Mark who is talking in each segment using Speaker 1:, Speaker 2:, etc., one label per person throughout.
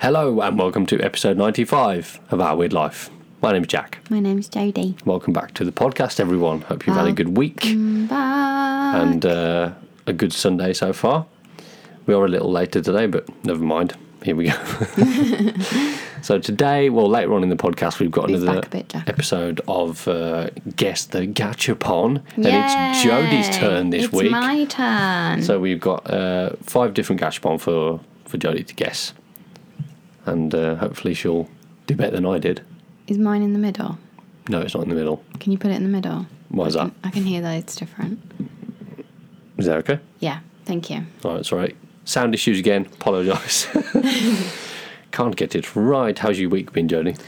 Speaker 1: Hello and welcome to episode 95 of Our Weird Life. My name's Jack.
Speaker 2: My name's Jodie.
Speaker 1: Welcome back to the podcast, everyone. Hope you've had a good week
Speaker 2: Bye.
Speaker 1: and uh, a good Sunday so far. We are a little later today, but never mind. Here we go. so today, well, later on in the podcast, we've got
Speaker 2: Move
Speaker 1: another
Speaker 2: back a bit, Jack.
Speaker 1: episode of uh, Guess the Gachapon, and it's
Speaker 2: Yay.
Speaker 1: Jodie's turn this
Speaker 2: it's
Speaker 1: week.
Speaker 2: my turn.
Speaker 1: So we've got uh, five different gachapon for for Jodie to guess, and uh, hopefully she'll do better than I did.
Speaker 2: Is mine in the middle?
Speaker 1: No, it's not in the middle.
Speaker 2: Can you put it in the middle?
Speaker 1: Why is that?
Speaker 2: I can hear that it's different.
Speaker 1: Is that okay?
Speaker 2: Yeah, thank you.
Speaker 1: All right, it's all right. Sound issues again. Apologise. Can't get it right. How's your week been, Jodie?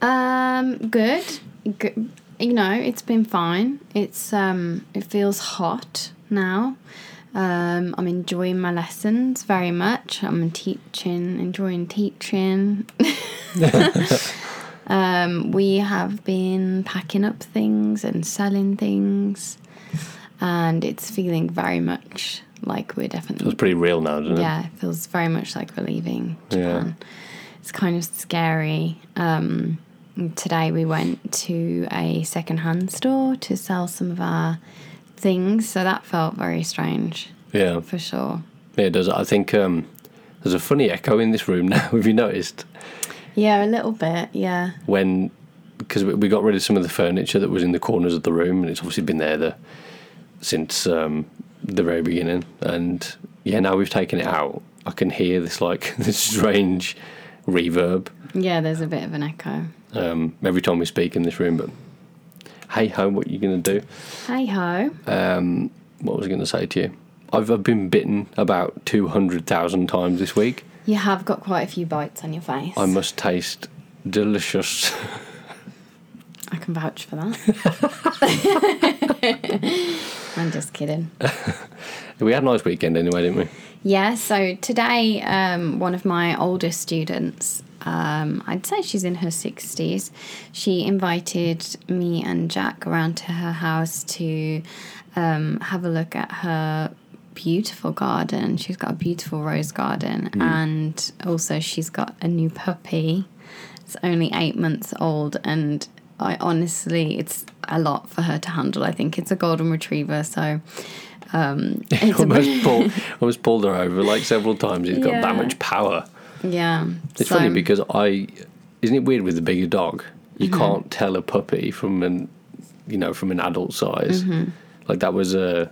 Speaker 2: Um, good. good. You know, it's been fine. It's um, it feels hot now. Um, I'm enjoying my lessons very much. I'm teaching, enjoying teaching. um, we have been packing up things and selling things, and it's feeling very much like we're definitely
Speaker 1: It's pretty real now, doesn't it?
Speaker 2: yeah, it feels very much like we're leaving
Speaker 1: Yeah.
Speaker 2: Japan. It's kind of scary. Um, and today we went to a secondhand store to sell some of our things, so that felt very strange
Speaker 1: Yeah,
Speaker 2: for sure.
Speaker 1: yeah, it does. I think um, there's a funny echo in this room now. Have you noticed?
Speaker 2: Yeah, a little bit. Yeah,
Speaker 1: when because we we got rid of some of the furniture that was in the corners of the room, and it's obviously been there the, since um, the very beginning. And yeah, now we've taken it out. I can hear this like this strange reverb
Speaker 2: yeah. There's a bit of an echo.
Speaker 1: um, every time we speak in this room. But hey ho, what are you gonna do?
Speaker 2: Hey ho!
Speaker 1: Um, what was I gonna say to you? I've, I've been bitten about two hundred thousand times this week.
Speaker 2: You have got quite a few bites on your face.
Speaker 1: I must taste delicious.
Speaker 2: I can vouch for that. I'm just kidding.
Speaker 1: we had a nice weekend anyway, didn't we?
Speaker 2: Yeah, so today, um, one of my older students, um, I'd say she's in her 60s, she invited me and Jack around to her house to um, have a look at her beautiful garden. She's got a beautiful rose garden,
Speaker 1: Hmm.
Speaker 2: and also she's got a new puppy. It's only eight months old, and I honestly, it's a lot for her to handle. I think it's a golden retriever, so. Um, it's a
Speaker 1: almost pulled almost pulled her over like several times. He's got that
Speaker 2: Yeah.
Speaker 1: much power.
Speaker 2: Yeah.
Speaker 1: It's
Speaker 2: so-
Speaker 1: funny because I isn't it weird with a bigger dog? You
Speaker 2: Mm-hmm.
Speaker 1: can't tell a puppy from an you know from an adult size.
Speaker 2: Mm-hmm.
Speaker 1: Like that was a,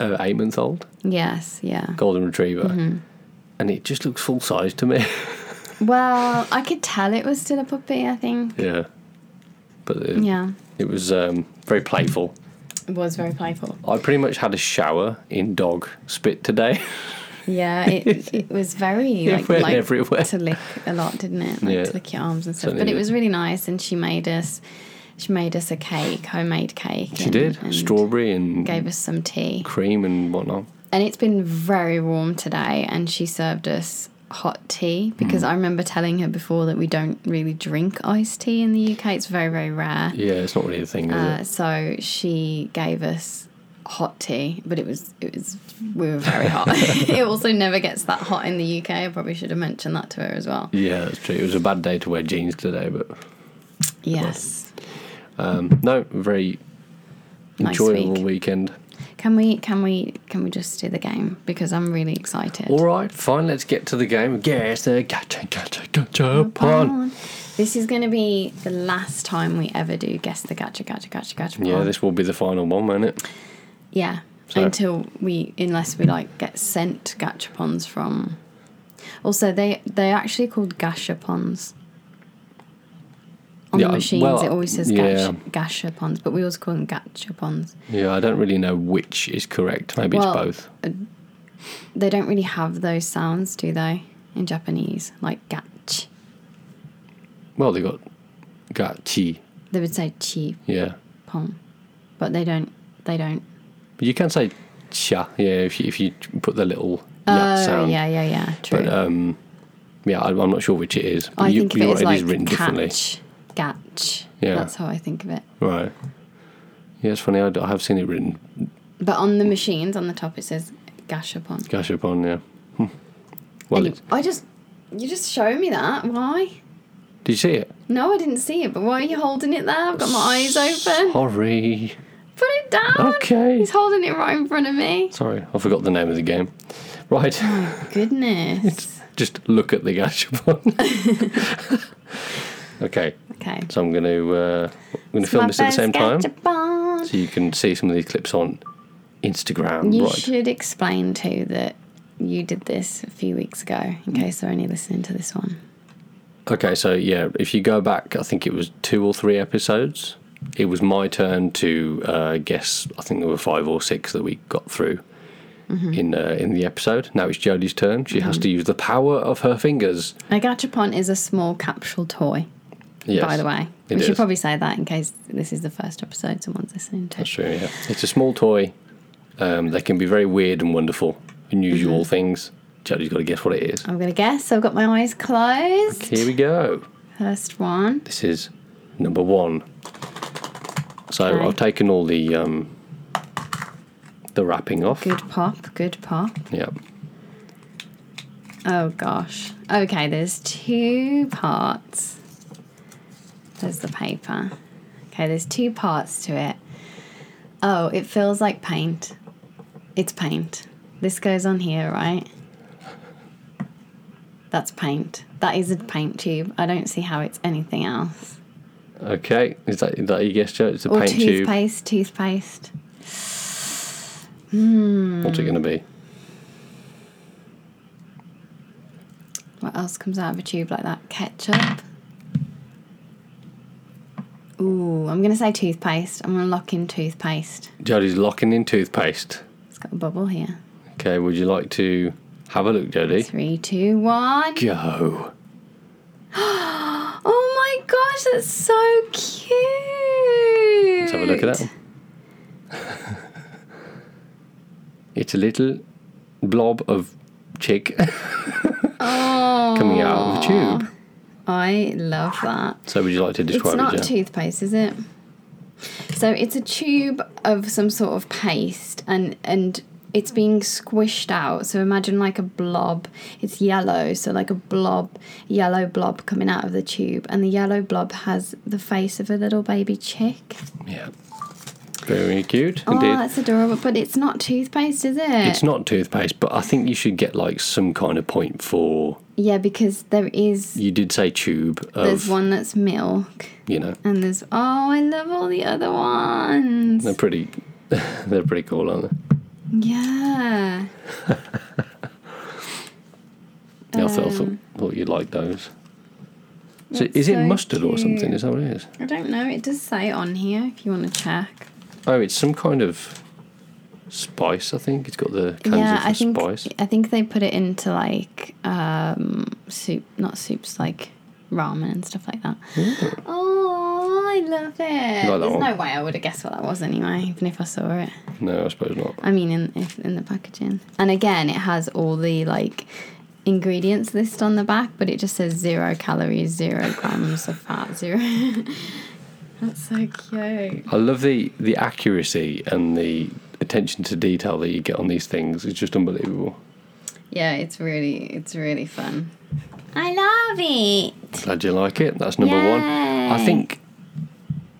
Speaker 1: a eight month old
Speaker 2: Yes, yeah.
Speaker 1: golden retriever,
Speaker 2: Mm-hmm.
Speaker 1: and it just looks full size to me.
Speaker 2: Well, I could tell it was still a puppy, I think.
Speaker 1: yeah, but it,
Speaker 2: Yeah.
Speaker 1: it was um, very playful.
Speaker 2: It was very playful.
Speaker 1: I pretty much had a shower in dog spit today.
Speaker 2: Yeah, it, it was very like,
Speaker 1: went
Speaker 2: like
Speaker 1: everywhere.
Speaker 2: to lick a lot, didn't it? Like
Speaker 1: Yeah.
Speaker 2: to lick your arms and stuff.
Speaker 1: Certainly
Speaker 2: but
Speaker 1: did.
Speaker 2: it was really nice and she made us she made us a cake, homemade cake.
Speaker 1: She did
Speaker 2: Mm, and
Speaker 1: strawberry and
Speaker 2: gave us some tea.
Speaker 1: cream and whatnot.
Speaker 2: and it's been very warm today and she served us hot tea because
Speaker 1: Mm.
Speaker 2: I remember telling her before that we don't really drink iced tea in the UK. It's very, very rare.
Speaker 1: Yeah, it's not really a thing, is it?
Speaker 2: Uh, so she gave us hot tea, but it was it was we were very hot. it also never gets that hot in the UK. I probably should have mentioned that to her as well.
Speaker 1: Yeah, that's true. It was a bad day to wear jeans today, but
Speaker 2: Yes.
Speaker 1: um, no, very
Speaker 2: Nice
Speaker 1: enjoyable
Speaker 2: week.
Speaker 1: weekend.
Speaker 2: Can we can we can we just do the game because I'm really excited.
Speaker 1: All right, fine. Let's get to the game. Guess the gotcha, gotcha, gotcha pon.
Speaker 2: This is going to be the last time we ever do guess the gacha gacha gacha gacha.
Speaker 1: Yeah,
Speaker 2: pon.
Speaker 1: this will be the final one, won't it?
Speaker 2: Yeah.
Speaker 1: So-
Speaker 2: Until we, unless we like get sent gachapons from. Also, they they're actually called gachapons. On
Speaker 1: Yeah,
Speaker 2: the machines,
Speaker 1: well,
Speaker 2: it always says
Speaker 1: yeah.
Speaker 2: gash, gachapons, but we always call them gachapons.
Speaker 1: Yeah, I don't really know which is correct. Maybe
Speaker 2: Well-
Speaker 1: it's both.
Speaker 2: They don't really have those sounds, do they? In Japanese, like gach,
Speaker 1: Well, they got gachi.
Speaker 2: they would say chi
Speaker 1: Yeah,
Speaker 2: pon, but they don't. They don't.
Speaker 1: but you can say cha. Yeah, if you, if you put the little
Speaker 2: Oh
Speaker 1: ya sound.
Speaker 2: yeah, yeah, yeah. True.
Speaker 1: But um, yeah, I, I'm not sure which it is. But
Speaker 2: I
Speaker 1: you,
Speaker 2: think of
Speaker 1: you're
Speaker 2: it as
Speaker 1: right,
Speaker 2: like
Speaker 1: it is written differently.
Speaker 2: catch, gach.
Speaker 1: Yeah.
Speaker 2: That's how I think of it.
Speaker 1: Right. Yeah, it's funny. I, I have seen it written
Speaker 2: But on the machines, on the top, it says Gashapon.
Speaker 1: Gashapon, yeah. Hmm. Well,
Speaker 2: Anyway,
Speaker 1: it's,
Speaker 2: I just You just showed me that. Why?
Speaker 1: Did you see it?
Speaker 2: No, I didn't see it, but why are you holding it there? I've got my eyes open.
Speaker 1: Sorry.
Speaker 2: Put it down.
Speaker 1: Okay.
Speaker 2: He's holding it right in front of me.
Speaker 1: Sorry, I forgot the name of the game. Right,
Speaker 2: Goodness.
Speaker 1: just look at the gashapon. okay,
Speaker 2: Okay.
Speaker 1: so I'm going to uh, I'm going to film this at the same time,
Speaker 2: time.
Speaker 1: so you can see some of these clips on Instagram.
Speaker 2: You
Speaker 1: right.
Speaker 2: should explain too that you did this a few weeks ago, in
Speaker 1: Mm.
Speaker 2: case they're only listening to this one.
Speaker 1: Okay, so yeah, if you go back, I think it was two or three episodes. It was my turn to uh, guess. I think there were five or six that we got through
Speaker 2: Mm-hmm.
Speaker 1: in uh, in the episode. Now it's Jodie's turn. She has to use the power of her fingers.
Speaker 2: A gachapon is a small capsule toy,
Speaker 1: Yes.
Speaker 2: by the way.
Speaker 1: It
Speaker 2: we should
Speaker 1: is.
Speaker 2: probably say that in case this is the first episode someone's listening to.
Speaker 1: That's true, yeah. It's a small toy. Um, they can be very weird and wonderful, unusual
Speaker 2: Mm-hmm.
Speaker 1: things. Jodie's got to guess what it is.
Speaker 2: I'm going to guess. I've got my eyes closed.
Speaker 1: Here we go.
Speaker 2: First one.
Speaker 1: This is number one. So
Speaker 2: Okay.
Speaker 1: I've taken all the um, the wrapping off.
Speaker 2: Good pop. Good pop.
Speaker 1: Yep.
Speaker 2: Oh gosh. Okay, there's two parts. There's the paper. Okay, there's two parts to it. Oh, it feels like paint. It's paint. This goes on here, right? That's paint. That is a paint tube. I don't see how it's anything else.
Speaker 1: Okay, is that, is that your guess, Joe? It's a
Speaker 2: Or
Speaker 1: paint tube.
Speaker 2: toothpaste, toothpaste.
Speaker 1: What's it going to be?
Speaker 2: What else comes out of a tube like that? Ketchup. Ooh, I'm gonna say toothpaste. I'm gonna lock in toothpaste.
Speaker 1: Jodie's locking in toothpaste.
Speaker 2: It's got a bubble here.
Speaker 1: Okay, would you like to have a look, Jodie?
Speaker 2: Three, two, one.
Speaker 1: Go.
Speaker 2: Oh my gosh, that's so cute.
Speaker 1: Let's have a look at that. it's a little blob of chick coming out of a tube.
Speaker 2: Oh. I love that.
Speaker 1: So, would you like to
Speaker 2: It's
Speaker 1: describe
Speaker 2: not
Speaker 1: it, Joe?
Speaker 2: toothpaste, is it? So it's a tube of some sort of paste, and and it's being squished out. So imagine like a blob. It's yellow, so like a blob, yellow blob coming out of the tube, and the yellow blob has the face of a little baby chick.
Speaker 1: yeah. Very cute,
Speaker 2: Oh,
Speaker 1: indeed.
Speaker 2: that's adorable. But it's not toothpaste, is it?
Speaker 1: It's not toothpaste, but I think you should get like some kind of point for.
Speaker 2: yeah, because there is
Speaker 1: You did say tube
Speaker 2: there's
Speaker 1: of,
Speaker 2: one that's milk,
Speaker 1: you know.
Speaker 2: and there's oh, I love all the other ones.
Speaker 1: They're pretty. they're pretty cool, aren't they?
Speaker 2: Yeah.
Speaker 1: Yeah, I thought, I thought, thought you'd like those. So
Speaker 2: Um, that's
Speaker 1: is it
Speaker 2: so
Speaker 1: mustard or something?
Speaker 2: cute.
Speaker 1: Is that what it is?
Speaker 2: I don't know. It does say on here if you want to check.
Speaker 1: Oh, it's some kind of spice. I think it's got the cans
Speaker 2: yeah,
Speaker 1: of the
Speaker 2: I think
Speaker 1: spice.
Speaker 2: I think they put it into like um, soup, not soups, like ramen and stuff like that. Oh, I love it.
Speaker 1: that
Speaker 2: There's
Speaker 1: one?
Speaker 2: no way I would have guessed what that was anyway, even if I saw it.
Speaker 1: No, I suppose not.
Speaker 2: I mean, in if, in the packaging. And again, it has all the like ingredients list on the back, but it just says zero calories, zero grams of fat, zero. That's so cute.
Speaker 1: I love the the accuracy and the attention to detail that you get on these things. It's just unbelievable.
Speaker 2: Yeah, it's really it's really fun. I love it.
Speaker 1: Glad you like it. That's number one. I
Speaker 2: Yay.
Speaker 1: think.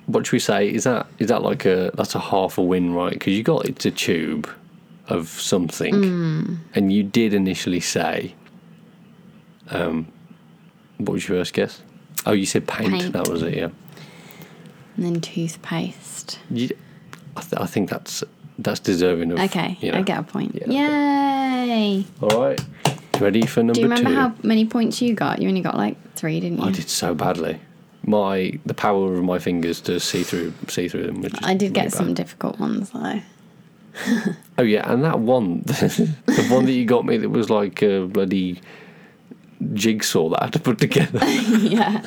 Speaker 1: What should we say? Is that is that like a that's a half a win, right? Because you got it's a tube of something,
Speaker 2: Mm.
Speaker 1: and you did initially say. Um, what was your first guess? Oh, you said paint.
Speaker 2: Paint.
Speaker 1: That was it. Yeah.
Speaker 2: And then toothpaste.
Speaker 1: You, I, th- I think that's that's deserving of.
Speaker 2: Okay,
Speaker 1: you know.
Speaker 2: I get a point. Yay!
Speaker 1: All right. Ready for number
Speaker 2: Do you remember
Speaker 1: two?
Speaker 2: how many points you got? You only got like three, didn't you?
Speaker 1: I did so badly. My the power of my fingers to see through see through them. was just
Speaker 2: I did
Speaker 1: really
Speaker 2: get
Speaker 1: bad.
Speaker 2: some difficult ones though.
Speaker 1: Oh yeah, and that one, the one that you got me that was like a bloody jigsaw that I had to put together
Speaker 2: yeah.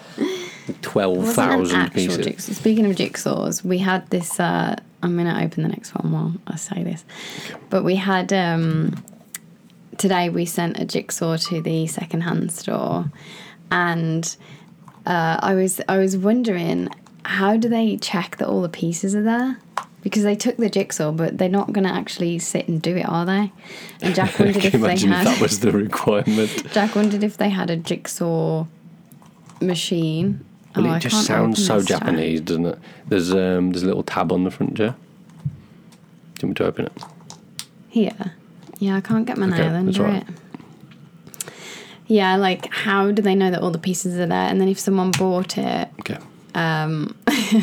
Speaker 1: twelve
Speaker 2: Wasn't an
Speaker 1: thousand
Speaker 2: actual
Speaker 1: pieces.
Speaker 2: Jigsaw. Speaking of jigsaws, we had this. Uh, I'm going to open the next one while I say this, but we had um, today. We sent a jigsaw to the secondhand store, and uh, I was I was wondering how do they check that all the pieces are there? because they took the jigsaw, but they're not going to actually sit and do it, are they? And Jack
Speaker 1: I
Speaker 2: wondered if
Speaker 1: can
Speaker 2: they
Speaker 1: imagine if
Speaker 2: had.
Speaker 1: that was the requirement.
Speaker 2: Jack wondered if they had a jigsaw machine.
Speaker 1: Well,
Speaker 2: Oh, I
Speaker 1: it just
Speaker 2: can't
Speaker 1: sounds
Speaker 2: open
Speaker 1: so
Speaker 2: this tab.
Speaker 1: Japanese, doesn't it? There's um, there's a little tab on the front there. Do you want me to open it?
Speaker 2: Here. Yeah, I can't get my
Speaker 1: Okay,
Speaker 2: nail
Speaker 1: that's
Speaker 2: under
Speaker 1: right.
Speaker 2: it. Yeah, like how do they know that all the pieces are there? And then if someone bought it
Speaker 1: Okay.
Speaker 2: and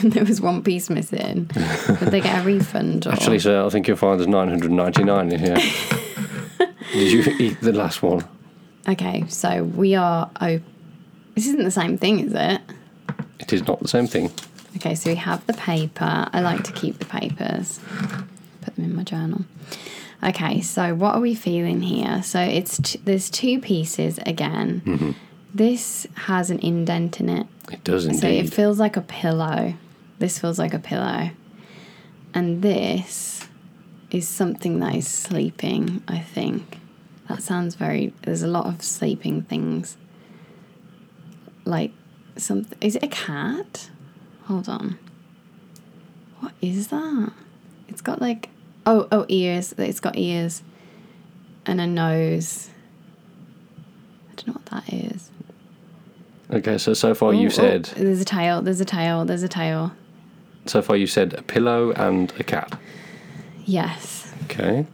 Speaker 2: there was one piece missing, would they get a refund? Or?
Speaker 1: Actually, sir, I think you'll find there's 999 in here. Did you eat the last one?
Speaker 2: okay, so we are. Oh, this isn't the same thing, is it?
Speaker 1: It is not the same thing.
Speaker 2: Okay, so we have the paper. I like to keep the papers, put them in my journal. Okay, so what are we feeling here? So it's t- there's two pieces again. This has an indent in it,
Speaker 1: It does
Speaker 2: so
Speaker 1: indeed.
Speaker 2: it feels like a pillow. This feels like a pillow, and this is something that is sleeping. I think that sounds very. There's a lot of sleeping things. Like something. Is it a cat? Hold on. What is that? It's got like oh oh ears. It's got ears, and a nose. I don't know what that is.
Speaker 1: okay, so so far
Speaker 2: Oh, oh,
Speaker 1: you've said
Speaker 2: there's a tail. There's a tail. There's a tail.
Speaker 1: so far you said a pillow and a cat.
Speaker 2: Yes,
Speaker 1: Okay.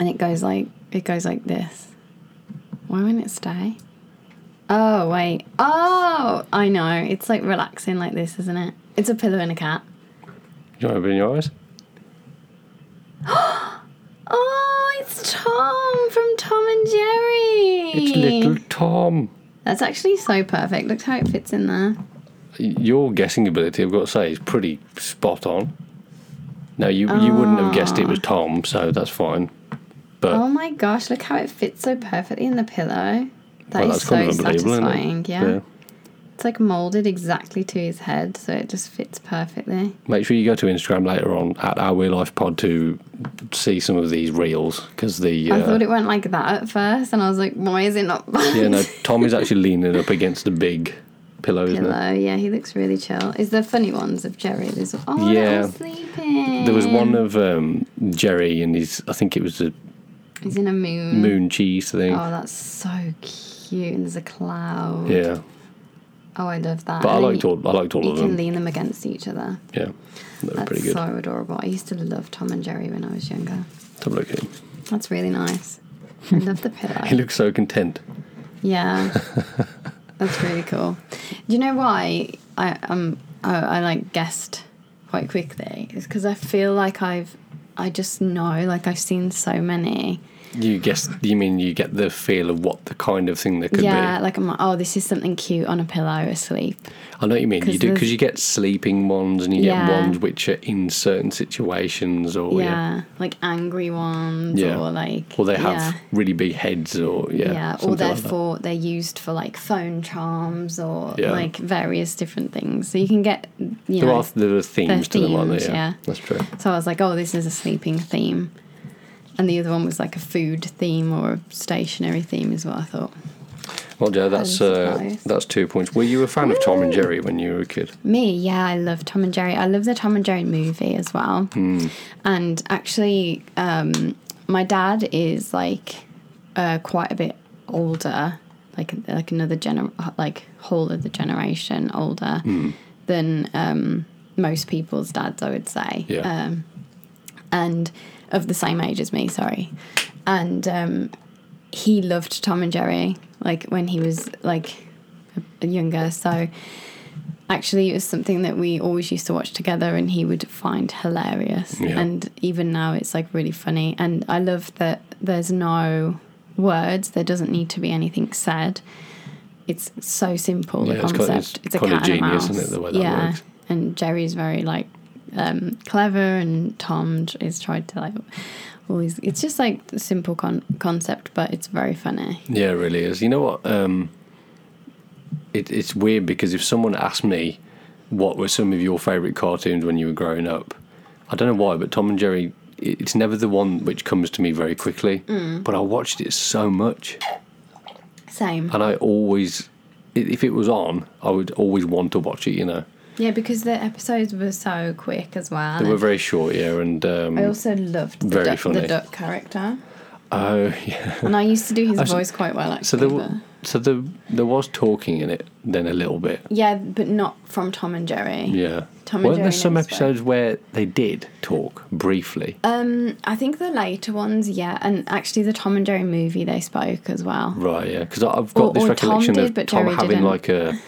Speaker 2: and it goes like it goes like this. Why won't it stay? Oh wait. Oh, I know. It's like relaxing like this, isn't it? It's a pillow and a cat.
Speaker 1: You want to open your eyes?
Speaker 2: Oh, it's Tom from Tom and Jerry.
Speaker 1: It's little Tom.
Speaker 2: That's actually so perfect. Look how it fits in there.
Speaker 1: Uh, Your guessing ability, I've got to say, is pretty spot on. No, you you wouldn't have guessed
Speaker 2: Ah.
Speaker 1: it was Tom, so that's fine. But
Speaker 2: Oh my gosh, look how it fits so perfectly in the pillow. That
Speaker 1: well,
Speaker 2: is
Speaker 1: that's kind of
Speaker 2: so
Speaker 1: unbelievable, isn't it?
Speaker 2: satisfying. Yeah. It's like molded exactly to his head, so it just fits perfectly.
Speaker 1: Make sure you go to Instagram later on at Our Weird Life Pod to see some of these reels because the
Speaker 2: I
Speaker 1: uh,
Speaker 2: thought it went like that at first, and I was like, why is it not balanced?
Speaker 1: yeah no Tom is actually leaning up against a big pillow, isn't it?
Speaker 2: Pillow, yeah, he looks really chill. Is there funny ones of Jerry? There's oh,
Speaker 1: Yeah.
Speaker 2: yeah, sleeping.
Speaker 1: There was one of um, Jerry and his I think it was a
Speaker 2: He's in a moon.
Speaker 1: moon cheese thing.
Speaker 2: Mm. Oh, that's so cute. And there's a cloud.
Speaker 1: yeah,
Speaker 2: Oh, I love that.
Speaker 1: but I
Speaker 2: And then
Speaker 1: liked
Speaker 2: you-
Speaker 1: all I liked all
Speaker 2: You
Speaker 1: of
Speaker 2: can
Speaker 1: them.
Speaker 2: lean them against each other.
Speaker 1: Yeah, they were
Speaker 2: That's
Speaker 1: pretty good.
Speaker 2: so adorable. I used to love Tom and Jerry when I was younger.
Speaker 1: Have a look at him.
Speaker 2: That's really nice. I love the
Speaker 1: He
Speaker 2: pillow.
Speaker 1: looks so content.
Speaker 2: Yeah, that's really cool. Do you know why I um I, I like guessed quite quickly? Is because I feel like I've I just know like I've seen so many.
Speaker 1: You guess? You mean you get the feel of what the kind of thing that could
Speaker 2: yeah,
Speaker 1: be?
Speaker 2: like I'm like oh this is something cute on a pillow asleep.
Speaker 1: I know what you mean. You
Speaker 2: 'Cause
Speaker 1: do
Speaker 2: there's-
Speaker 1: because you get sleeping ones and you get
Speaker 2: Yeah.
Speaker 1: ones which are in certain situations or Oh,
Speaker 2: yeah,
Speaker 1: yeah,
Speaker 2: like angry ones
Speaker 1: Yeah.
Speaker 2: or like
Speaker 1: or they have
Speaker 2: yeah.
Speaker 1: really big heads or yeah,
Speaker 2: Yeah, or
Speaker 1: something
Speaker 2: they're
Speaker 1: like that.
Speaker 2: for they're used for like phone charms or
Speaker 1: Yeah.
Speaker 2: like various different things. So you can get you
Speaker 1: There
Speaker 2: know.
Speaker 1: are there are themes to them, aren't
Speaker 2: themes,
Speaker 1: there?
Speaker 2: yeah.
Speaker 1: that's true.
Speaker 2: so I was like, oh, this is a sleeping theme, and the other one was like a food theme or a stationary theme, is what I thought.
Speaker 1: Well, Joe, that's uh,
Speaker 2: surprised.
Speaker 1: that's two points. Were you a fan of Tom and Jerry when you were a kid?
Speaker 2: Me, yeah, I love Tom and Jerry. I love the Tom and Jerry movie as well. And actually, um, my dad is like uh, quite a bit older, like like another gener like whole of the generation older than um, most people's dads, I would say.
Speaker 1: Yeah.
Speaker 2: Um, and of the same age as me, sorry. And um, he loved Tom and Jerry, like when he was like younger. So actually it was something that we always used to watch together and he would find hilarious
Speaker 1: Yeah.
Speaker 2: and even now it's like really funny and i love that there's no words there doesn't need to be anything said it's so simple the
Speaker 1: Yeah, it's
Speaker 2: concept
Speaker 1: quite-
Speaker 2: it's,
Speaker 1: it's
Speaker 2: a
Speaker 1: quite
Speaker 2: cat and a
Speaker 1: ingenious,
Speaker 2: mouse
Speaker 1: isn't it, the way that
Speaker 2: yeah
Speaker 1: works?
Speaker 2: and jerry's very like um, clever and tom is tried to like always it's just like a simple con- concept but it's very funny
Speaker 1: Yeah, it really is. You know what? Um, it, it's weird because if someone asked me what were some of your favourite cartoons when you were growing up, I don't know why, but Tom and Jerry, it, it's never the one which comes to me very quickly.
Speaker 2: Mm.
Speaker 1: But I watched it so much,
Speaker 2: same
Speaker 1: and I always, i- if it was on, I would always want to watch it. You know,
Speaker 2: Yeah, because the episodes were so quick as well.
Speaker 1: They were very short, yeah, and um,
Speaker 2: I also loved the,
Speaker 1: very
Speaker 2: duck, the
Speaker 1: funny.
Speaker 2: duck character,
Speaker 1: oh yeah.
Speaker 2: and I used to do his
Speaker 1: I've s-
Speaker 2: voice quite well actually.
Speaker 1: So there,
Speaker 2: but-
Speaker 1: w- so there, there was talking in it then a little bit.
Speaker 2: yeah, but not from Tom and Jerry.
Speaker 1: Yeah.
Speaker 2: Tom and
Speaker 1: Weren't there
Speaker 2: Jerry
Speaker 1: some
Speaker 2: never spoke.
Speaker 1: episodes where they did talk briefly?
Speaker 2: Um, I think the later ones, yeah, and actually the Tom and Jerry movie they spoke as well.
Speaker 1: Right, yeah, because I've got
Speaker 2: Or-
Speaker 1: this
Speaker 2: or Tom
Speaker 1: recollection
Speaker 2: did,
Speaker 1: of
Speaker 2: but
Speaker 1: Tom
Speaker 2: Jerry
Speaker 1: having
Speaker 2: didn't.
Speaker 1: like a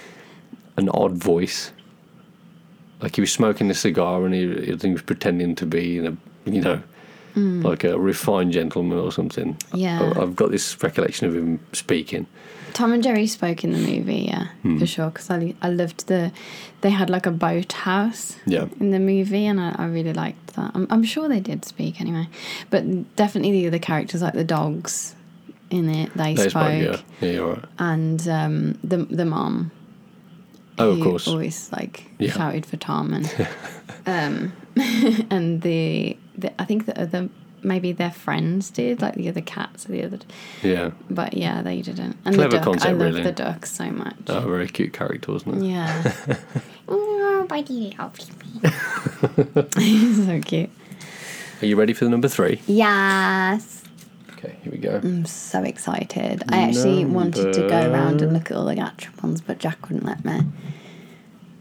Speaker 1: an odd voice, like he was smoking a cigar and he, he was pretending to be, in a, you know, like a refined gentleman or something.
Speaker 2: Hmm. Yeah.
Speaker 1: I, I've got this recollection of him speaking.
Speaker 2: Tom and Jerry spoke in the movie, yeah,
Speaker 1: Hmm.
Speaker 2: for sure. Because I, I loved the, they had like a boathouse
Speaker 1: Yeah,
Speaker 2: in the movie, and I, I really liked that. I'm, I'm sure they did speak anyway, but definitely the other characters, like the dogs in it, they,
Speaker 1: That
Speaker 2: spoke,
Speaker 1: is right, yeah, yeah, you're right.
Speaker 2: and um, the the mom.
Speaker 1: Oh, of
Speaker 2: who
Speaker 1: course,
Speaker 2: Always like
Speaker 1: Yeah.
Speaker 2: shouted for Tom and um, and the, the I think the other maybe their friends did like the other cats or the other,
Speaker 1: yeah.
Speaker 2: but yeah they didn't. And
Speaker 1: Clever
Speaker 2: the duck, I
Speaker 1: concept,
Speaker 2: love
Speaker 1: really.
Speaker 2: the duck so much.
Speaker 1: Oh, very cute character, wasn't it?
Speaker 2: Yeah,
Speaker 3: Oh, buddy, help me.
Speaker 2: so cute.
Speaker 1: Are you ready for the number three?
Speaker 3: Yes.
Speaker 1: Okay, here we go.
Speaker 2: I'm so excited. I actually wanted to go around and look at all the gachapons, but Jack wouldn't let me.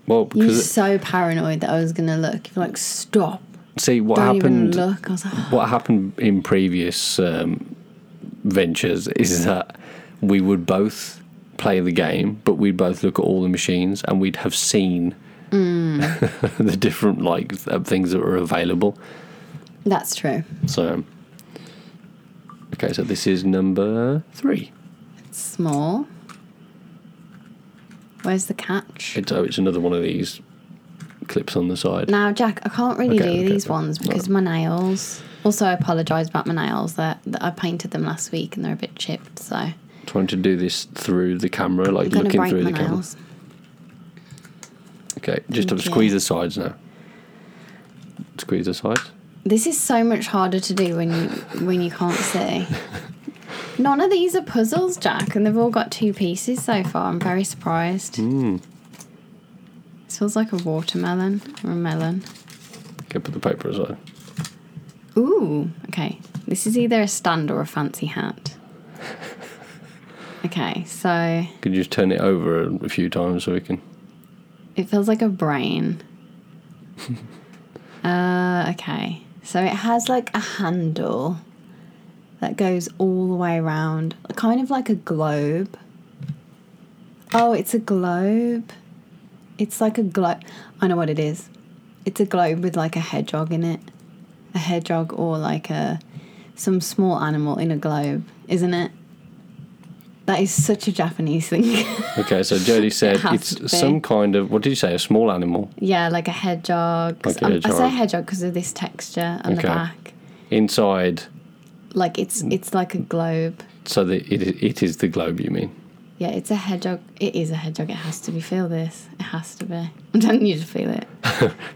Speaker 1: Well,
Speaker 2: He
Speaker 1: because
Speaker 2: was so paranoid that I was gonna look. He was like, "Stop!
Speaker 1: see what
Speaker 2: Don't even
Speaker 1: happened.
Speaker 2: look." I was like, "Ah."
Speaker 1: what happened in previous um, ventures is that we would both play the game, but we'd both look at all the machines and we'd have seen
Speaker 2: Mm.
Speaker 1: the different like th- things that were available.
Speaker 2: "That's true."
Speaker 1: So, okay, so this is number three.
Speaker 2: Small. Where's the catch?
Speaker 1: It's, oh, it's another one of these clips on the side.
Speaker 2: Now, Jack, I can't really
Speaker 1: Okay,
Speaker 2: do
Speaker 1: okay,
Speaker 2: these
Speaker 1: okay.
Speaker 2: ones because my nails. Also, I apologise about my nails. That that I painted them last week and they're a bit chipped, so I'm
Speaker 1: Trying to do this through the camera, like
Speaker 2: gonna
Speaker 1: looking
Speaker 2: break
Speaker 1: through
Speaker 2: my
Speaker 1: the camera.
Speaker 2: nails.
Speaker 1: Okay, just
Speaker 2: Thank you.
Speaker 1: squeeze the sides now. Squeeze the sides.
Speaker 2: This is so much harder to do when you when you can't see. None of these are puzzles, Jack, and they've all got two pieces so far. I'm very surprised. This feels like a watermelon or a melon.
Speaker 1: Okay, put the paper aside.
Speaker 2: Ooh, okay. This is either a stand or a fancy hat. Okay, so
Speaker 1: Could you just turn it over a few times so we can?
Speaker 2: it feels like a brain. uh, okay. So it has like a handle that goes all the way around, kind of like a globe. Oh, it's a globe. It's like a globe. I know what it is. It's a globe with like a hedgehog in it. A hedgehog or like a some small animal in a globe, isn't it? That is such a Japanese thing.
Speaker 1: Okay, so Jodie said
Speaker 2: has to be.
Speaker 1: it's some kind of what did you say? A small animal
Speaker 2: Yeah, like a hedgehog. 'Cause
Speaker 1: Like a
Speaker 2: I'm- I say
Speaker 1: hedgehog.
Speaker 2: hedgehog because of this texture on the
Speaker 1: Okay. Mm.
Speaker 2: back.
Speaker 1: inside,
Speaker 2: Like it's it's like a globe.
Speaker 1: so that it it is the globe. You mean?
Speaker 2: Yeah, it's a hedgehog. It is a hedgehog. It has to be. Feel this. It has to be. I'm telling you to feel it.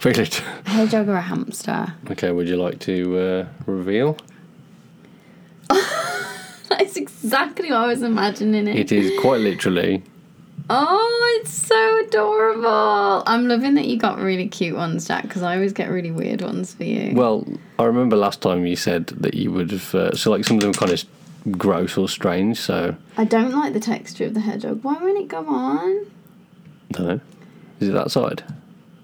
Speaker 1: Feel it.
Speaker 2: A hedgehog or a hamster.
Speaker 1: Okay, would you like to uh, reveal?
Speaker 2: That's exactly what I was imagining it.
Speaker 1: It is quite literally.
Speaker 2: Oh, it's so adorable. I'm loving that you got really cute ones, Jack, because I always get really weird ones for you.
Speaker 1: Well, I remember last time you said that you would have. Uh, so like some of them kind of gross or strange. So
Speaker 2: I don't like the texture of the hedgehog. Why won't it go on?
Speaker 1: I don't know. Is it that side?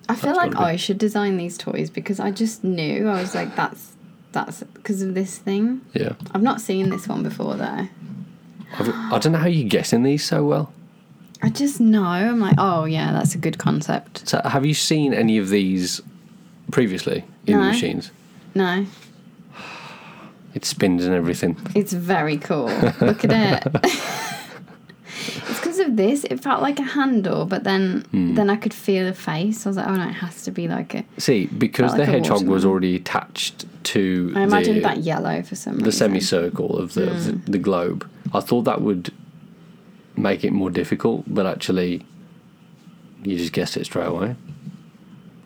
Speaker 2: I feel
Speaker 1: That's
Speaker 2: like
Speaker 1: gotta be-
Speaker 2: I should design these toys because I just knew I was like that's that's because of this thing.
Speaker 1: Yeah.
Speaker 2: I've not seen this one before though.
Speaker 1: I've, I don't know how you're guessing these so well.
Speaker 2: I just know. I'm like, oh yeah, that's a good concept.
Speaker 1: So have you seen any of these previously in the
Speaker 2: No.
Speaker 1: machines?
Speaker 2: No,
Speaker 1: It spins and everything.
Speaker 2: it's very cool. Look at it. it's because of this. It felt like a handle, but then
Speaker 1: Hmm.
Speaker 2: then I could feel the face. I was like, oh no, it has to be like a.
Speaker 1: See, because
Speaker 2: Felt
Speaker 1: the
Speaker 2: like a
Speaker 1: hedgehog was
Speaker 2: watermelon.
Speaker 1: already attached to
Speaker 2: I imagined
Speaker 1: the,
Speaker 2: that yellow for some
Speaker 1: the
Speaker 2: reason.
Speaker 1: semicircle of the, of the the globe, I thought that would make it more difficult, but actually, you just guessed it straight away.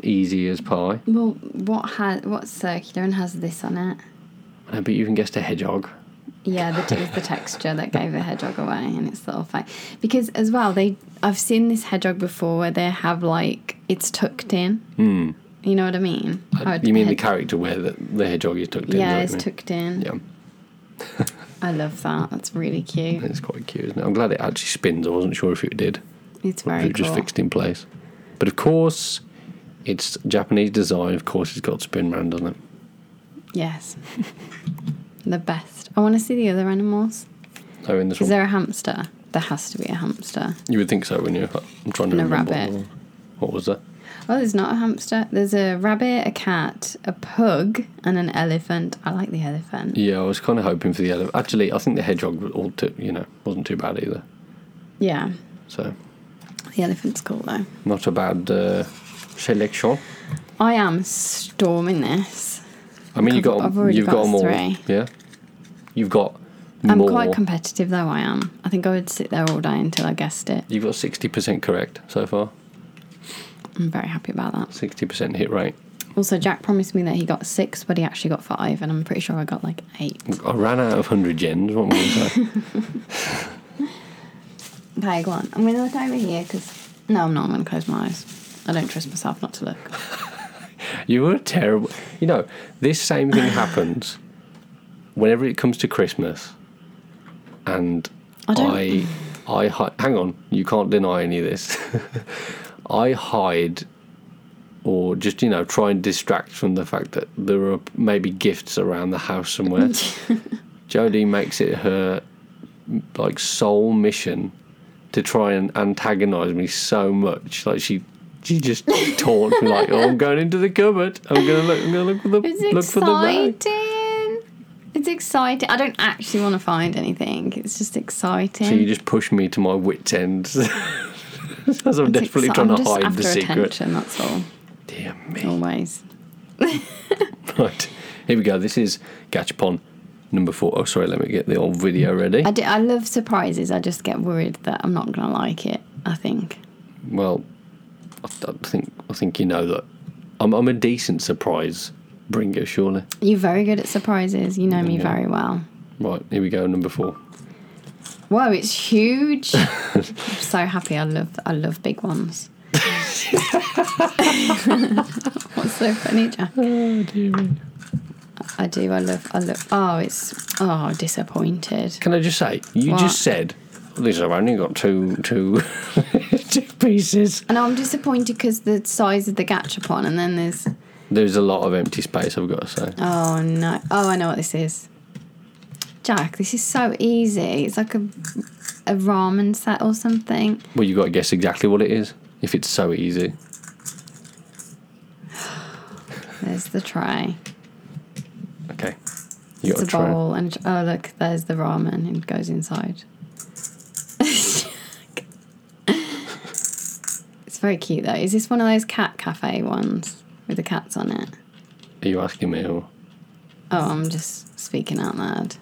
Speaker 1: Easy as pie.
Speaker 2: Well, what has what's circular and has this on it?
Speaker 1: I bet you even guessed a hedgehog.
Speaker 2: Yeah, the, it was the texture that gave the hedgehog away, and it's sort of like because as well they I've seen this hedgehog before where they have like it's tucked in. Mm. You know what I mean? How it-
Speaker 1: Hmm. Uh, you mean the
Speaker 2: hedge-
Speaker 1: character where the, the hedgehog is tucked in? is
Speaker 2: Yeah,
Speaker 1: that
Speaker 2: it's
Speaker 1: what you mean?
Speaker 2: tucked in. I love that. That's really
Speaker 1: Yeah,
Speaker 2: cute.
Speaker 1: it's quite cute, isn't it? I'm glad it actually spins. I wasn't sure if it did.
Speaker 2: It's
Speaker 1: Or if
Speaker 2: very
Speaker 1: it
Speaker 2: cool.
Speaker 1: just fixed in place. But of course, it's Japanese design. Of course, it's got to spin round, doesn't it?
Speaker 2: Yes, the best. I want to see the other animals.
Speaker 1: Oh, in this
Speaker 2: Is
Speaker 1: one.
Speaker 2: there a hamster? There has to be a hamster.
Speaker 1: you would think so, wouldn't you? I'm trying to
Speaker 2: And a
Speaker 1: remember.
Speaker 2: rabbit.
Speaker 1: What was that?
Speaker 2: Oh, there's not a hamster. There's a rabbit, a cat, a pug, and an elephant. I like the elephant.
Speaker 1: Yeah, I was kind of hoping for the elephant. Actually, I think the hedgehog was all too, you know, wasn't too bad either.
Speaker 2: Yeah,
Speaker 1: So,
Speaker 2: the elephant's cool though.
Speaker 1: not a bad uh, selection.
Speaker 2: I am storming this.
Speaker 1: I mean, you
Speaker 2: I've-
Speaker 1: got
Speaker 2: I've already
Speaker 1: you've got,
Speaker 2: got
Speaker 1: them all.
Speaker 2: three.
Speaker 1: Yeah, you've got
Speaker 2: I'm
Speaker 1: more.
Speaker 2: quite competitive though. I am. I think I would sit there all day until I guessed it.
Speaker 1: you've got sixty percent correct so far.
Speaker 2: I'm very happy about that.
Speaker 1: Sixty percent hit rate.
Speaker 2: Also, Jack promised me that he got six, but he actually got five, and I'm pretty sure I got like eight.
Speaker 1: I ran out of hundred yens. What was I?
Speaker 2: Okay, go on. I'm going to look over here because no, I'm not. I'm going to close my eyes. I don't trust myself not to look.
Speaker 1: you were terrible. You know, this same thing happens whenever it comes to Christmas, and
Speaker 2: I don't-
Speaker 1: I, I, hi- hang on. You can't deny any of this. I hide. Or just you know, try and distract from the fact that there are maybe gifts around the house somewhere. Jodie makes it her like sole mission to try and antagonize me so much. Like she she just taunts me like, "Oh, I'm going into the cupboard. I'm gonna look. I'm gonna look for the
Speaker 2: It's
Speaker 1: look for the bag."
Speaker 2: exciting. It's exciting. I don't actually want to find anything. It's just exciting.
Speaker 1: So you just push me to my wits' ends as I'm
Speaker 2: It's
Speaker 1: desperately
Speaker 2: exci-
Speaker 1: trying
Speaker 2: I'm
Speaker 1: to
Speaker 2: just
Speaker 1: hide
Speaker 2: after
Speaker 1: the secret.
Speaker 2: attention. That's all.
Speaker 1: Dear me.
Speaker 2: Always.
Speaker 1: Right here we go. This is Gachapon number four. Oh, sorry. Let me get the old video ready.
Speaker 2: I, do, I love surprises. I just get worried that I'm not gonna like it. I think.
Speaker 1: Well, I, I think I think you know that I'm, I'm a decent surprise bringer, surely.
Speaker 2: You're very good at surprises. You know me
Speaker 1: Yeah.
Speaker 2: very well.
Speaker 1: Right, here we go, number four.
Speaker 2: Whoa, it's huge. I'm so happy. I love I love big ones. What's so funny, Jack? I do. I love. I love. Oh, it's. Oh, disappointed.
Speaker 1: Can I just say, you
Speaker 2: What?
Speaker 1: just said, Lisa, I've only got two, two, two pieces.
Speaker 2: And I'm disappointed because the size of the gachapon, and then there's.
Speaker 1: There's a lot of empty space, I've got to say.
Speaker 2: Oh no! Oh, I know what this is. Jack, this is so easy. It's like a a ramen set or something.
Speaker 1: Well, you've got to guess exactly what it is, if it's so easy.
Speaker 2: There's the tray.
Speaker 1: Okay. You
Speaker 2: It's
Speaker 1: got to
Speaker 2: a
Speaker 1: try.
Speaker 2: bowl, and oh look, there's the ramen, and it goes inside. it's very cute though. Is this one of those cat cafe ones with the cats on it?
Speaker 1: Are you asking me? Or...
Speaker 2: Oh, I'm just speaking out loud.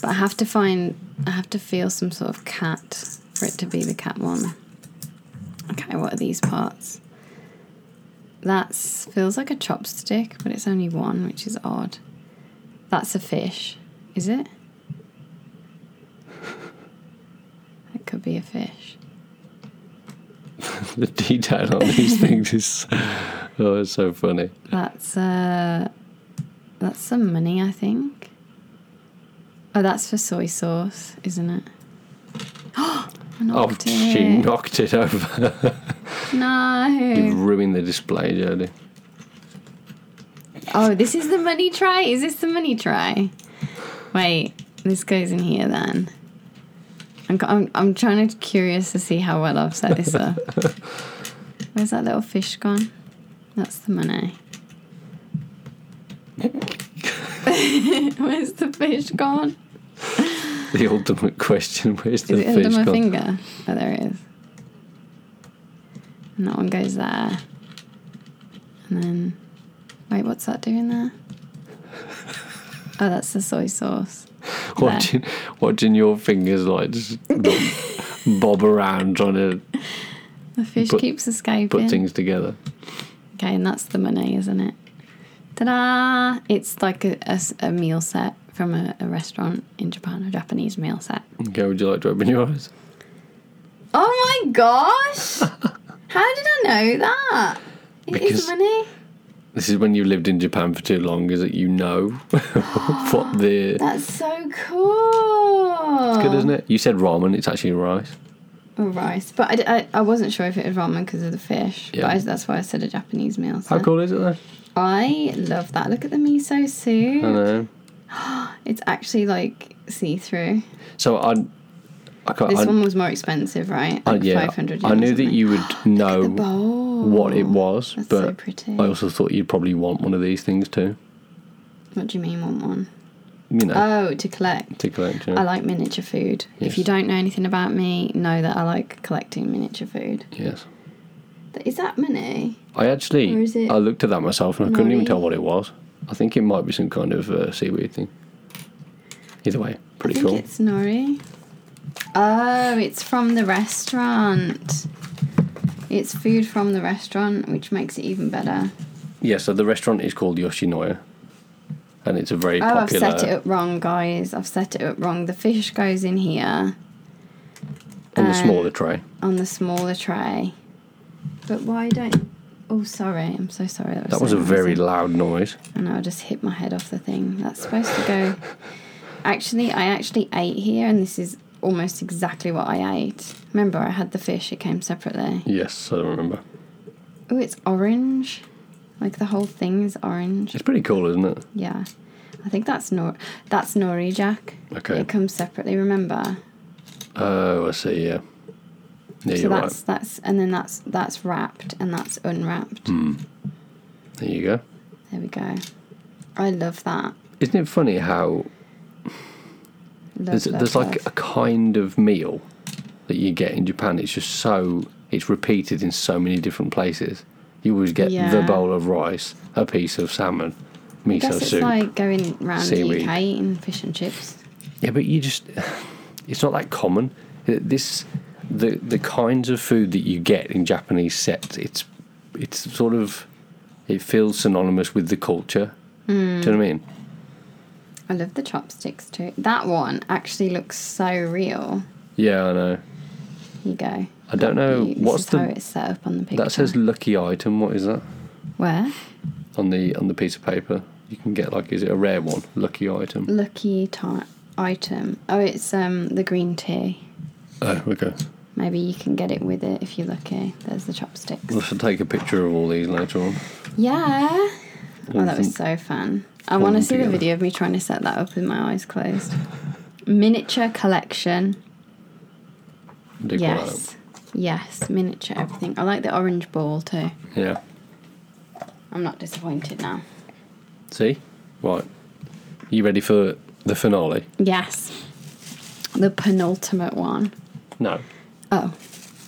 Speaker 2: But I have to find, I have to feel some sort of cat for it to be the cat one. Okay, what are these parts? That feels like a chopstick, but it's only one, which is odd. That's a fish, is it? It could be a fish.
Speaker 1: the detail on these things is oh, it's so funny.
Speaker 2: That's uh, that's some money, I think. Oh, that's for soy sauce, isn't it? I
Speaker 1: Oh,
Speaker 2: knocked
Speaker 1: she
Speaker 2: it.
Speaker 1: knocked it over. You've
Speaker 2: No.
Speaker 1: ruined the display, Jodie.
Speaker 2: Oh, this is the money tray. Is this the money tray? Wait, this goes in here then. I'm, co- I'm, I'm trying to curious to see how well I've set this up. Where's that little fish gone? That's the money. Where's the fish gone?
Speaker 1: The ultimate question where's the
Speaker 2: Is it under
Speaker 1: fish
Speaker 2: my
Speaker 1: gone?
Speaker 2: finger? Oh, there it is. And that one goes there. And then, wait, what's that doing there? Oh, that's the soy sauce.
Speaker 1: watching watching your fingers like just bob around trying to
Speaker 2: The fish
Speaker 1: Put-
Speaker 2: keeps
Speaker 1: put
Speaker 2: escaping.
Speaker 1: things together.
Speaker 2: Okay, and that's the money, isn't it? Ta da! It's like a, a s- a meal set from a, a restaurant in Japan, a Japanese meal set.
Speaker 1: Okay, would you like to open your eyes?
Speaker 2: Oh my gosh! How did I know that? It is
Speaker 1: Because-
Speaker 2: money.
Speaker 1: This is when you've lived in Japan for too long, is that you know what the.
Speaker 2: That's so cool.
Speaker 1: Good, isn't it? You said ramen, it's actually rice.
Speaker 2: Or rice, but I d- I, I, wasn't sure if it was ramen because of the fish.
Speaker 1: Yeah.
Speaker 2: But I, that's why I said a Japanese meal.
Speaker 1: How
Speaker 2: set.
Speaker 1: cool is it though?
Speaker 2: I love that. Look at the miso soup.
Speaker 1: I know.
Speaker 2: It's actually like see through.
Speaker 1: So I. I can't.
Speaker 2: This
Speaker 1: I,
Speaker 2: one was more expensive, right?
Speaker 1: I,
Speaker 2: Like
Speaker 1: yeah,
Speaker 2: 500 yen
Speaker 1: I
Speaker 2: or
Speaker 1: knew that
Speaker 2: something.
Speaker 1: you would know
Speaker 2: The bowl.
Speaker 1: what it was,
Speaker 2: That's so
Speaker 1: but
Speaker 2: pretty.
Speaker 1: I also thought you'd probably want one of these things too.
Speaker 2: What do you mean, want one?
Speaker 1: You know,
Speaker 2: Oh, to collect.
Speaker 1: to collect. You
Speaker 2: I
Speaker 1: know.
Speaker 2: like miniature food.
Speaker 1: Yes.
Speaker 2: If you don't know anything about me, know that I like collecting miniature food.
Speaker 1: yes.
Speaker 2: Th- Is that many?
Speaker 1: I actually,
Speaker 2: Or is it
Speaker 1: I looked at that myself and I couldn't even
Speaker 2: nori?
Speaker 1: tell what it was. I think it might be some kind of uh, seaweed thing. Either way,
Speaker 2: I
Speaker 1: pretty
Speaker 2: think
Speaker 1: cool.
Speaker 2: it's nori. Oh, it's from the restaurant. It's food from the restaurant, which makes it even better.
Speaker 1: Yeah, so the restaurant is called Yoshinoya, and it's a very
Speaker 2: Oh, I've
Speaker 1: popular.
Speaker 2: set it up wrong, guys. I've set it up wrong. The fish goes in here
Speaker 1: on the
Speaker 2: um,
Speaker 1: smaller tray.
Speaker 2: on the smaller tray. But why don't. Oh, sorry. I'm so sorry.
Speaker 1: That was
Speaker 2: so
Speaker 1: a very
Speaker 2: noisy.
Speaker 1: loud noise.
Speaker 2: and I just hit my head off the thing. That's supposed to go. actually, I actually ate here, and this is almost exactly what I ate. Remember, I had the fish; it came separately.
Speaker 1: Yes, I remember.
Speaker 2: Oh, it's orange. Like the whole thing is orange.
Speaker 1: It's pretty cool, isn't it?
Speaker 2: Yeah, I think that's nor that's nori jack.
Speaker 1: Okay.
Speaker 2: It comes separately. Remember.
Speaker 1: Oh, I see. Yeah, yeah,
Speaker 2: so
Speaker 1: you're
Speaker 2: that's that's and then that's that's wrapped and that's unwrapped.
Speaker 1: Hmm. right. There you go.
Speaker 2: There we go. I love that.
Speaker 1: Isn't it funny how
Speaker 2: Love,
Speaker 1: there's,
Speaker 2: love,
Speaker 1: there's like
Speaker 2: love.
Speaker 1: a kind of meal that you get in Japan. It's just so it's repeated in so many different places. You always get the
Speaker 2: Yeah.
Speaker 1: bowl of rice, a piece of salmon, miso
Speaker 2: guess it's
Speaker 1: soup.
Speaker 2: like going round
Speaker 1: seaweed.
Speaker 2: the UK eating fish and chips.
Speaker 1: yeah, but you just it's not that common. This the the kinds of food that you get in Japanese sets. It's it's sort of it feels synonymous with the culture. Do
Speaker 2: Hmm.
Speaker 1: you know what I mean?
Speaker 2: I love the chopsticks too. That one actually looks so real.
Speaker 1: Yeah, I know.
Speaker 2: Here you go.
Speaker 1: I don't know
Speaker 2: You- this
Speaker 1: Oh, what's
Speaker 2: is
Speaker 1: the
Speaker 2: how it's set up on the picture.
Speaker 1: that says lucky item. What is that?
Speaker 2: where
Speaker 1: on the on the piece of paper. You can get like is it a rare one, lucky item.
Speaker 2: lucky ti item. Oh, it's um the green tea.
Speaker 1: Oh, okay.
Speaker 2: Maybe you can get it with it if you're lucky. There's the chopsticks.
Speaker 1: I should take a picture of all these later on.
Speaker 2: Yeah. Oh, that was
Speaker 1: think-
Speaker 2: so fun. I
Speaker 1: Hold
Speaker 2: want to
Speaker 1: them
Speaker 2: see the
Speaker 1: together.
Speaker 2: video of me trying to set that up with my eyes closed. Miniature collection.
Speaker 1: Do call that
Speaker 2: Yes. Yes, miniature everything. I like the orange ball too.
Speaker 1: up. Yeah.
Speaker 2: I'm not disappointed now.
Speaker 1: See? Right. You ready for the finale?
Speaker 2: Yes. The penultimate one.
Speaker 1: No.
Speaker 2: Oh.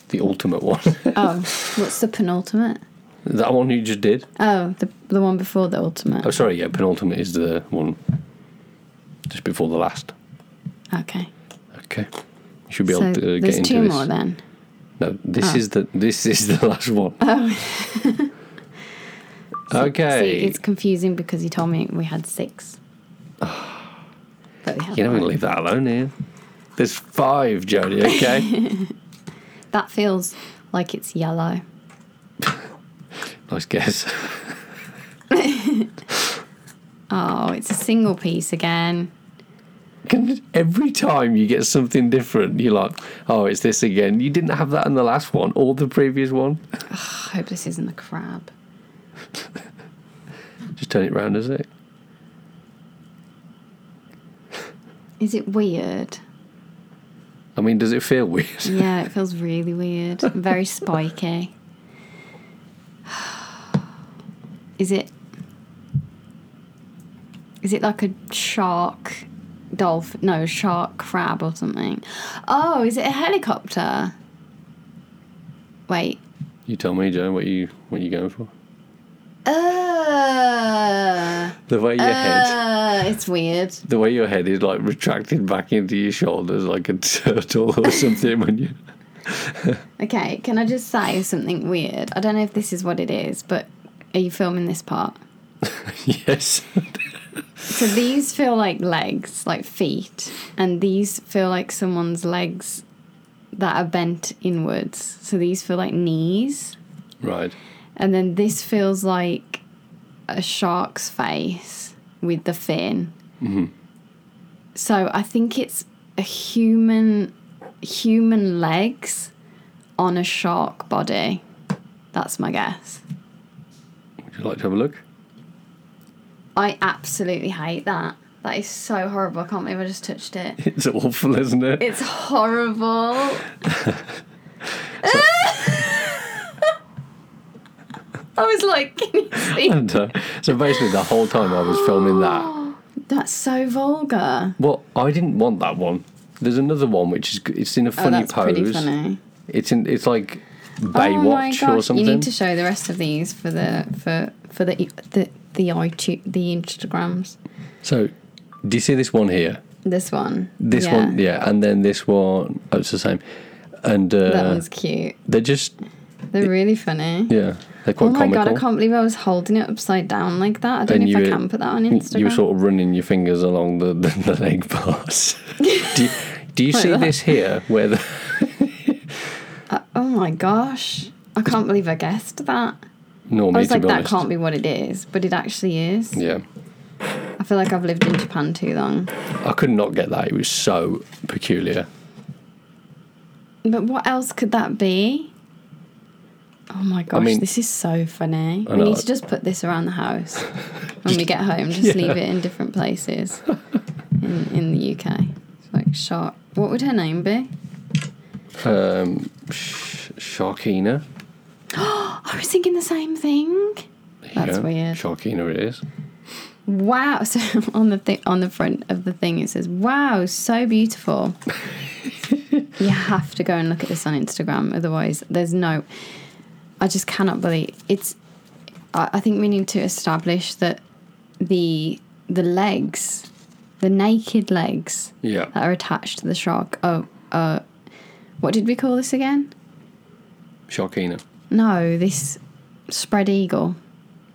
Speaker 1: The ultimate one.
Speaker 2: Oh. What's the penultimate?
Speaker 1: that one you just did?
Speaker 2: Oh, the the one before the ultimate.
Speaker 1: Oh sorry, yeah, penultimate is the one just before the last.
Speaker 2: Okay.
Speaker 1: Okay. You should be
Speaker 2: So
Speaker 1: able to uh, get
Speaker 2: there's
Speaker 1: into
Speaker 2: two
Speaker 1: this.
Speaker 2: more then. Oh.
Speaker 1: No, this is the this is the last one. okay.
Speaker 2: See, it's confusing because he told me we had six. but we had
Speaker 1: You're not going
Speaker 2: one.
Speaker 1: to leave that alone here. There's five, Jody, okay?
Speaker 2: That feels like it's yellow.
Speaker 1: nice guess.
Speaker 2: Oh, it's a single piece again.
Speaker 1: Can- Every time you get something different, you're like, oh, it's this again. You didn't have that in the last one or the previous one.
Speaker 2: I hope this isn't a crab.
Speaker 1: Just turn it round, is it?
Speaker 2: Is it weird?
Speaker 1: I mean, does it feel weird?
Speaker 2: Yeah, it feels really weird. Very spiky. Is it? Is it like a shark, dolphin? No, shark crab or something. Oh, is it a helicopter? Wait.
Speaker 1: You tell me, Joe, what you what you going for?
Speaker 2: Uh,
Speaker 1: The way your head,
Speaker 2: uh, it's weird.
Speaker 1: the way your head is like retracted back into your shoulders like a turtle or something when you.
Speaker 2: Okay, can I just say something weird? I don't know if this is what it is, but are you filming this part?
Speaker 1: Yes.
Speaker 2: So these feel like legs, like feet, and these feel like someone's legs that are bent inwards. So these feel like knees,
Speaker 1: Right.
Speaker 2: and then this feels like a shark's face with the fin. So I think it's a human human legs on a shark body. That's my guess.
Speaker 1: Would you like to have a look?
Speaker 2: I absolutely hate that. That is so horrible. I can't believe I just touched it.
Speaker 1: It's awful, isn't it?
Speaker 2: It's horrible. I was like, can you see?
Speaker 1: And, uh, so basically, the whole time I was filming that.
Speaker 2: That's so vulgar.
Speaker 1: Well, I didn't want that one. There's another one which is it's in a
Speaker 2: Oh,
Speaker 1: funny
Speaker 2: that's
Speaker 1: pose.
Speaker 2: pretty funny.
Speaker 1: It's in it's like
Speaker 2: oh my
Speaker 1: Baywatch or
Speaker 2: gosh! You
Speaker 1: something.
Speaker 2: need to show the rest of these for the for for the the the iTunes, the Instagrams.
Speaker 1: So, do you see this one here?
Speaker 2: This one.
Speaker 1: This one, yeah, and then this one. Oh, it's the same. And uh,
Speaker 2: That one's cute.
Speaker 1: they're just
Speaker 2: They're really funny.
Speaker 1: yeah, they're
Speaker 2: Oh
Speaker 1: quite
Speaker 2: my
Speaker 1: comical.
Speaker 2: god! I can't believe I was holding it upside down like that. I don't
Speaker 1: And
Speaker 2: know if
Speaker 1: you-
Speaker 2: I can put that on Instagram.
Speaker 1: you were sort of running your fingers along the, the, the leg parts. do you, do you see
Speaker 2: that.
Speaker 1: this here where the
Speaker 2: Oh my gosh. I can't believe I guessed that. I
Speaker 1: normally
Speaker 2: was
Speaker 1: to
Speaker 2: like,
Speaker 1: be
Speaker 2: that
Speaker 1: honest,
Speaker 2: can't be what it is, but it actually is.
Speaker 1: yeah,
Speaker 2: I feel like I've lived in Japan too long.
Speaker 1: I could not get that. It was so peculiar.
Speaker 2: But what else could that be? Oh my gosh,
Speaker 1: mean-
Speaker 2: this is so funny.
Speaker 1: I
Speaker 2: we
Speaker 1: know.
Speaker 2: need to just put this around the house when we get home. Just leave it in different places in, in the UK. It's like shark. What would her name be?
Speaker 1: Um, sh- Sharkina.
Speaker 2: I was thinking the same thing. That's
Speaker 1: Yeah,
Speaker 2: weird.
Speaker 1: Sharkina it is.
Speaker 2: Wow! So on the thi- on the front of the thing it says, "Wow, so beautiful." you have to go and look at this on Instagram, otherwise there's no. I just cannot believe it's. I, I think we need to establish that the the legs, the naked legs
Speaker 1: Yeah.
Speaker 2: that are attached to the shark. Oh, uh, what did we call this again?
Speaker 1: Sharkina.
Speaker 2: No, this spread eagle.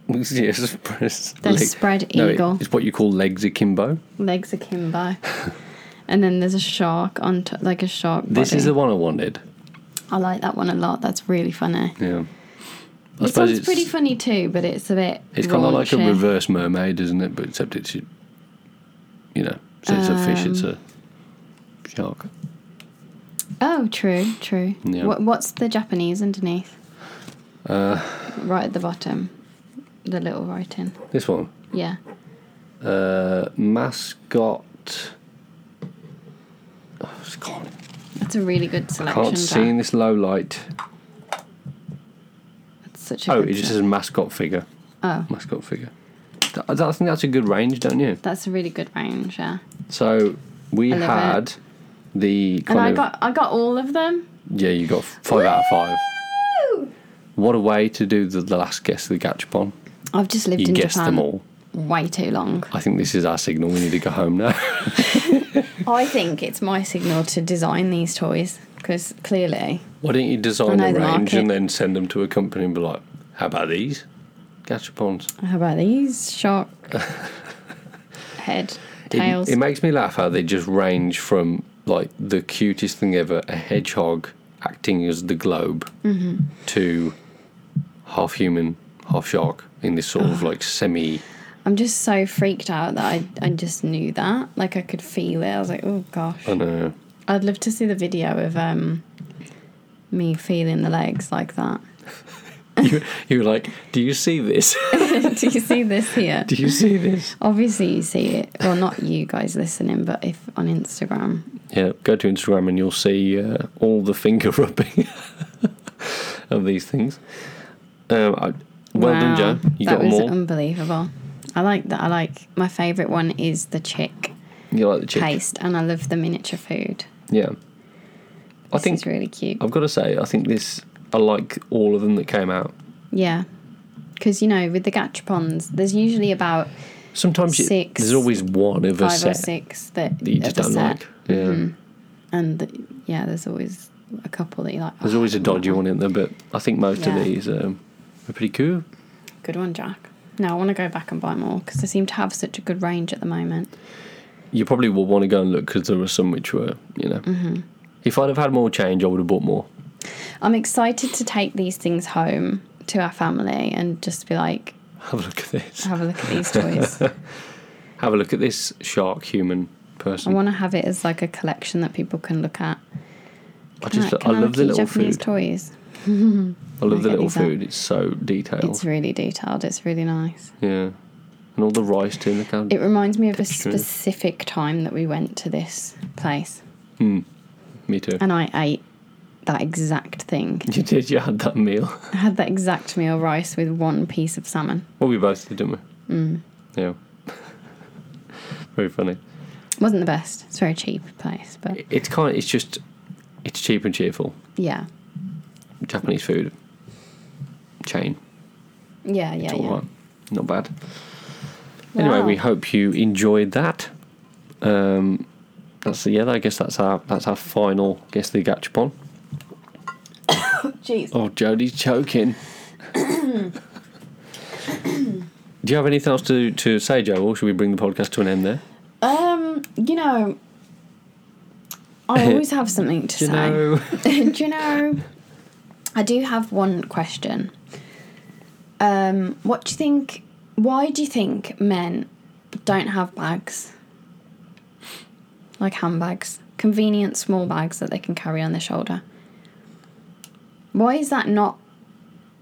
Speaker 1: yes, press
Speaker 2: They're
Speaker 1: leg-
Speaker 2: spread
Speaker 1: No, it-
Speaker 2: eagle.
Speaker 1: it's what you call legs akimbo.
Speaker 2: legs akimbo. and then there's a shark on t- like a shark.
Speaker 1: This
Speaker 2: body.
Speaker 1: is the one I wanted.
Speaker 2: I like that one a lot. That's really funny.
Speaker 1: Yeah. I
Speaker 2: This
Speaker 1: suppose
Speaker 2: one's
Speaker 1: it's
Speaker 2: pretty funny too, but it's a bit.
Speaker 1: it's kind of like a
Speaker 2: raunchy.
Speaker 1: reverse mermaid, isn't it? But except it's you know, so it's a fish,
Speaker 2: Um,
Speaker 1: it's a shark.
Speaker 2: Oh, true, true.
Speaker 1: Yeah.
Speaker 2: What, what's the Japanese underneath? Uh, right at the bottom, the little writing.
Speaker 1: This one,
Speaker 2: Yeah.
Speaker 1: uh, mascot. Oh, it's gone.
Speaker 2: That's a really good selection.
Speaker 1: Can't see in
Speaker 2: Jack.
Speaker 1: this low light.
Speaker 2: That's such a
Speaker 1: Oh,
Speaker 2: good
Speaker 1: it just
Speaker 2: se-
Speaker 1: says mascot figure.
Speaker 2: Oh.
Speaker 1: Mascot figure. Th- I think that's a good range, don't you?
Speaker 2: That's a really good range, yeah.
Speaker 1: So we
Speaker 2: I love
Speaker 1: had the
Speaker 2: And
Speaker 1: kind
Speaker 2: I
Speaker 1: of
Speaker 2: got I got all of them.
Speaker 1: yeah, you got five out of five. What a way to do the, the last guess of the Gachapon.
Speaker 2: I've just lived
Speaker 1: You
Speaker 2: in
Speaker 1: guessed
Speaker 2: Japan
Speaker 1: them all.
Speaker 2: way too long.
Speaker 1: I think this is our signal. We need to go home now.
Speaker 2: I think it's my signal to design these toys because clearly
Speaker 1: Why don't you design
Speaker 2: I
Speaker 1: a
Speaker 2: know the
Speaker 1: range
Speaker 2: market.
Speaker 1: and then send them to a company and be like, how about these? Gachapons.
Speaker 2: How about these shark head tails?
Speaker 1: It, it makes me laugh how they just range from like the cutest thing ever, a hedgehog acting as the globe,
Speaker 2: Mm-hmm.
Speaker 1: to half human, half shark in this sort of like semi.
Speaker 2: I'm just so freaked out that I, I just knew that. Like I could feel it. I was like, oh gosh.
Speaker 1: I know.
Speaker 2: I'd love to see the video of um me feeling the legs like that.
Speaker 1: You, you were like, do you see this?
Speaker 2: Do you see this here?
Speaker 1: do you see this?
Speaker 2: Obviously, you see it. Well, not you guys listening, but if on Instagram,
Speaker 1: Yeah, go to Instagram and you'll see uh, all the finger rubbing of these things. Um, I, well done,
Speaker 2: Wow,
Speaker 1: Joe. You
Speaker 2: that
Speaker 1: got
Speaker 2: was um,
Speaker 1: more.
Speaker 2: unbelievable. I like that. I like my favorite one is the chick
Speaker 1: you like the chick?
Speaker 2: paste, and I love the miniature food.
Speaker 1: Yeah. I
Speaker 2: This
Speaker 1: think
Speaker 2: is really cute.
Speaker 1: I've got to say I think this I like all of them that came out.
Speaker 2: Yeah, because you know with the gachapons, there's usually about
Speaker 1: Sometimes you-
Speaker 2: Six,
Speaker 1: there's always one of a
Speaker 2: five
Speaker 1: set
Speaker 2: or
Speaker 1: that
Speaker 2: six that,
Speaker 1: you
Speaker 2: of
Speaker 1: just
Speaker 2: the
Speaker 1: don't
Speaker 2: set. Mm-hmm.
Speaker 1: like. Yeah.
Speaker 2: and the, yeah, there's always a couple that you like.
Speaker 1: There's
Speaker 2: "Oh,
Speaker 1: always a dodgy one in there, but I think most
Speaker 2: Yeah.
Speaker 1: of these um, are pretty cool.
Speaker 2: good one, Jack. No, I want to go back and buy more because they seem to have such a good range at the moment.
Speaker 1: You probably will want to go and look because there were some which were, you know.
Speaker 2: Mm-hmm.
Speaker 1: If I'd have had more change, I would have bought more.
Speaker 2: I'm excited to take these things home to our family and just be like,
Speaker 1: Have a look at this.
Speaker 2: have a look at these toys.
Speaker 1: Have a look at this shark human
Speaker 2: I
Speaker 1: person.
Speaker 2: want to have it as like a collection that people can look at.
Speaker 1: I
Speaker 2: Can
Speaker 1: just, I
Speaker 2: can
Speaker 1: love the
Speaker 2: keep
Speaker 1: little
Speaker 2: Japanese
Speaker 1: food.
Speaker 2: toys.
Speaker 1: I love the
Speaker 2: Can I get
Speaker 1: little
Speaker 2: these out?
Speaker 1: food. It's so detailed.
Speaker 2: It's really detailed. It's really nice.
Speaker 1: yeah. And all the rice too. Look how
Speaker 2: It reminds me of
Speaker 1: Texture.
Speaker 2: a specific time that we went to this place
Speaker 1: Me too.
Speaker 2: and I ate that exact thing.
Speaker 1: You did. You had that meal.
Speaker 2: I had that exact meal rice with one piece of salmon.
Speaker 1: well, we both did, didn't we? Mm. Yeah. Very funny.
Speaker 2: Wasn't the best. It's a very cheap place, but
Speaker 1: It- It's kind. it's just. It's cheap and cheerful.
Speaker 2: yeah.
Speaker 1: Japanese food. Chain.
Speaker 2: Yeah, yeah,
Speaker 1: It's
Speaker 2: yeah.
Speaker 1: all right. Not bad. Anyway,
Speaker 2: Wow.
Speaker 1: we hope you enjoyed that. Um, that's yeah. I guess that's our that's our final guess the gachapon.
Speaker 2: Jeez.
Speaker 1: Oh, Jodie's choking. Do you have anything else to, to say, Joe, or should we bring the podcast to an end there?
Speaker 2: Um, you know, I always have something to
Speaker 1: You
Speaker 2: say.
Speaker 1: know,
Speaker 2: do you know? I do have one question. Um, what do you think? Why do you think men don't have bags? Like handbags, convenient small bags that they can carry on their shoulder. Why is that not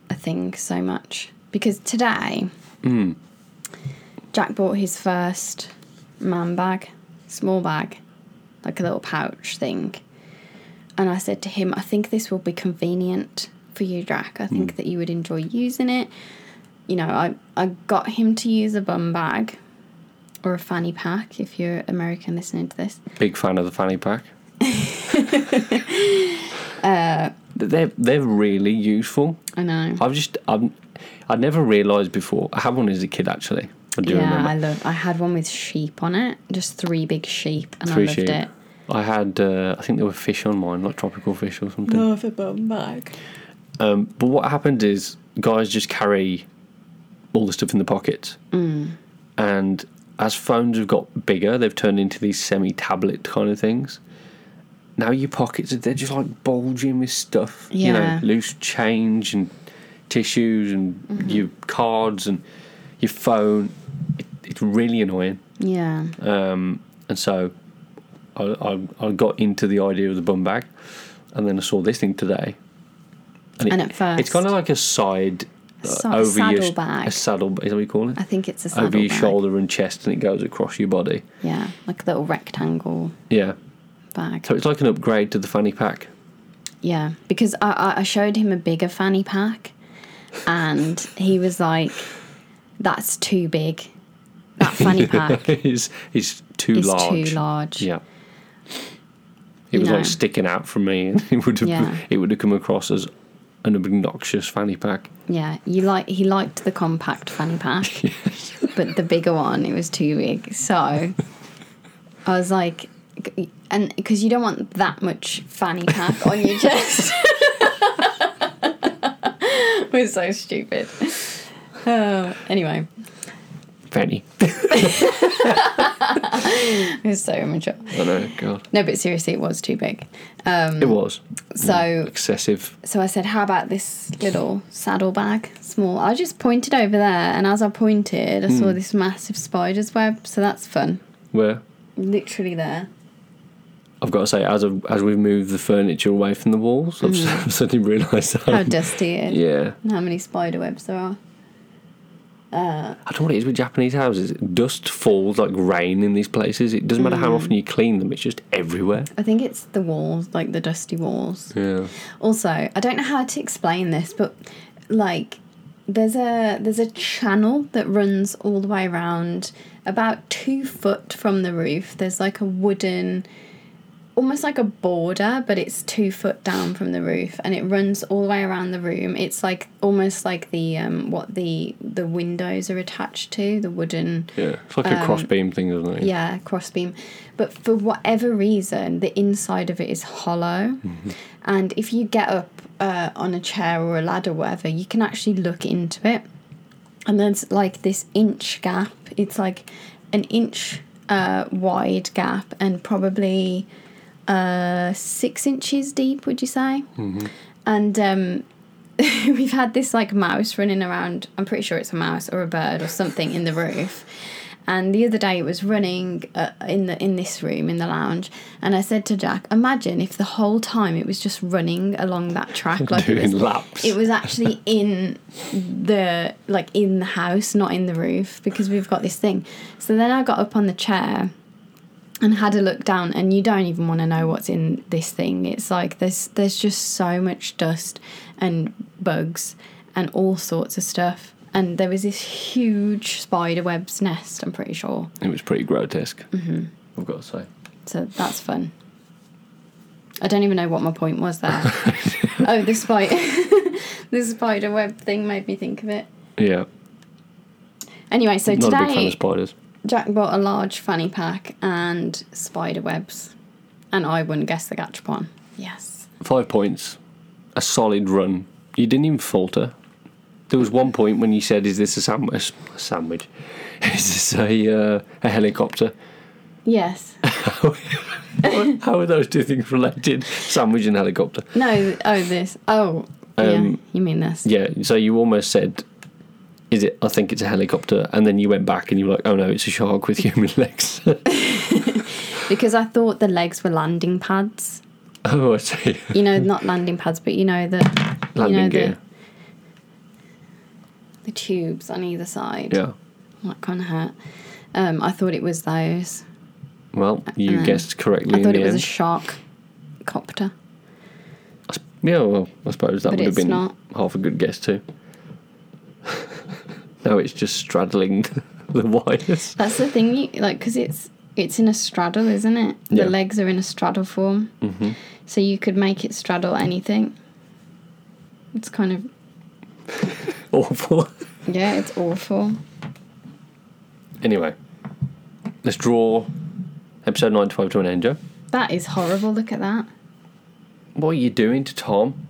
Speaker 2: a thing so much? Because today, Jack bought his first man bag, small bag, like a little pouch thing. And I said to him, I think this will be convenient for you, Jack. I
Speaker 1: Mm.
Speaker 2: think that you would enjoy using it. You know, I, I got him to use a bum bag or a fanny pack if you're American listening to this.
Speaker 1: big fan of the fanny pack. But they're they're really useful.
Speaker 2: I know.
Speaker 1: I've just I'm, I never realised before. I had one as a kid actually. I do
Speaker 2: yeah,
Speaker 1: remember
Speaker 2: I love I had one with sheep on it, just three big sheep, and I
Speaker 1: three
Speaker 2: loved
Speaker 1: sheep.
Speaker 2: it.
Speaker 1: I had uh, I think there were fish on mine, like tropical fish or something.
Speaker 2: Love a bum bag.
Speaker 1: Um, but what happens is guys just carry all the stuff in the pockets.
Speaker 2: Mm.
Speaker 1: And as phones have got bigger, they've turned into these semi tablet kind of things. Now your pockets, they're just like bulging with stuff. You know,
Speaker 2: Yeah.
Speaker 1: loose change and tissues and
Speaker 2: Mm-hmm.
Speaker 1: your cards and your phone. It, it's really annoying.
Speaker 2: Yeah.
Speaker 1: Um, and so I, I, I got into the idea of the bum bag, and then I saw this thing today.
Speaker 2: And at first-
Speaker 1: it's kind of like a side uh,
Speaker 2: sa-
Speaker 1: over your
Speaker 2: saddle bag.
Speaker 1: a saddle. Is that what you call it?
Speaker 2: I think it's a saddle
Speaker 1: Over your
Speaker 2: bag.
Speaker 1: shoulder and chest, and it goes across your body.
Speaker 2: Yeah, like a little rectangle
Speaker 1: Yeah,
Speaker 2: bag.
Speaker 1: so it's like an upgrade to the fanny pack.
Speaker 2: Yeah, because I, I- I showed him a bigger fanny pack, and he was like, "That's too big. That fanny pack
Speaker 1: is is too
Speaker 2: is
Speaker 1: large.
Speaker 2: too large."
Speaker 1: Yeah. It was
Speaker 2: No.
Speaker 1: like sticking out from me, and it would have
Speaker 2: Yeah.
Speaker 1: it would have come across as an obnoxious fanny pack.
Speaker 2: Yeah, you like he liked the compact fanny pack, but the bigger one it was too big. So I was like, and because you don't want that much fanny pack on your chest. We're so stupid. Oh, anyway,
Speaker 1: Fanny.
Speaker 2: we're so immature.
Speaker 1: I know. God.
Speaker 2: No, but seriously, it was too big.
Speaker 1: It
Speaker 2: Um,
Speaker 1: was
Speaker 2: So,
Speaker 1: excessive.
Speaker 2: so I said, "How about this little saddlebag, small?" I just pointed over there, and as I pointed, I saw this massive spider's web. So that's fun.
Speaker 1: Where
Speaker 2: Literally there.
Speaker 1: I've got to say, as I've, as we've moved the furniture away from the walls, I've s- suddenly realised that.
Speaker 2: Mm. How dusty it is.
Speaker 1: yeah,
Speaker 2: And how many spider webs there are.
Speaker 1: I don't know what it is with Japanese houses. Dust falls like rain in these places. It doesn't matter
Speaker 2: Mm.
Speaker 1: how often you clean them; it's just everywhere.
Speaker 2: I think it's the walls, like the dusty walls.
Speaker 1: Yeah,
Speaker 2: Also, I don't know how to explain this, but like there's a there's a channel that runs all the way around about two foot from the roof. There's like a wooden almost like a border, but it's two foot down from the roof and it runs all the way around the room. It's like almost like the um what the the windows are attached to, the wooden
Speaker 1: yeah. It's like a crossbeam thing, isn't it?
Speaker 2: Um, yeah, crossbeam. But for whatever reason, the inside of it is hollow. And if you get up uh, on a chair or a ladder or whatever, you can actually look into it. and there's like this inch gap. It's like an inch uh, wide gap and probably uh, six inches deep. Would you say? And um, we've had this like mouse running around. I'm pretty sure it's a mouse or a bird or something in the roof. And the other day it was running uh, in the in this room in the lounge, and I said to Jack, "Imagine if the whole time it was just running along that track, like it
Speaker 1: Doing
Speaker 2: was,
Speaker 1: laps.
Speaker 2: It was actually in the like in the house, not in the roof, because we've got this thing." So then I got up on the chair and had a look down and you don't even want to know what's in this thing it's like there's there's just so much dust and bugs and all sorts of stuff and there was this huge spider web's nest i'm pretty sure
Speaker 1: It was pretty grotesque. Mm-hmm. I've got to say.
Speaker 2: so that's fun i don't even know what my point was there oh the spider the spider web thing made me think of it
Speaker 1: Yeah.
Speaker 2: anyway so
Speaker 1: Not a big fan
Speaker 2: today
Speaker 1: of spiders.
Speaker 2: Jack bought a large fanny pack and spider webs, and I wouldn't guess the gachapon. Yes.
Speaker 1: Five points. A solid run. You didn't even falter. There was one point when you said, "Is this a sandwich? A sandwich? Is this a uh, a helicopter?"
Speaker 2: Yes.
Speaker 1: How are those two things related? Sandwich and helicopter.
Speaker 2: No. Oh, this. Oh. yeah.
Speaker 1: Um,
Speaker 2: You mean this?
Speaker 1: Yeah. So you almost said, "Is it? I think it's a helicopter," and then you went back and you were like, "Oh no, it's a shark with human legs."
Speaker 2: Because I thought the legs were landing pads.
Speaker 1: oh, I see.
Speaker 2: You know, not landing pads, but you know the
Speaker 1: Landing
Speaker 2: you know,
Speaker 1: gear.
Speaker 2: The, the tubes on either side.
Speaker 1: Yeah.
Speaker 2: That kind of hurt. Um, I thought it was those.
Speaker 1: Well, you
Speaker 2: Um,
Speaker 1: guessed correctly.
Speaker 2: I
Speaker 1: in
Speaker 2: thought
Speaker 1: the
Speaker 2: it was a
Speaker 1: end.
Speaker 2: shark copter.
Speaker 1: Yeah, well, I suppose that
Speaker 2: But
Speaker 1: would have
Speaker 2: it's
Speaker 1: been
Speaker 2: not.
Speaker 1: half a good guess too. no, it's just straddling the wires.
Speaker 2: That's the thing, you, like, because it's it's in a straddle, isn't it?
Speaker 1: Yeah.
Speaker 2: The legs are in a straddle form, mm-hmm. so you could make it straddle anything. It's kind of
Speaker 1: Awful.
Speaker 2: yeah, it's awful.
Speaker 1: anyway, let's draw episode 95 to an end, Joe.
Speaker 2: That is horrible. Look at that.
Speaker 1: What are you doing to Tom?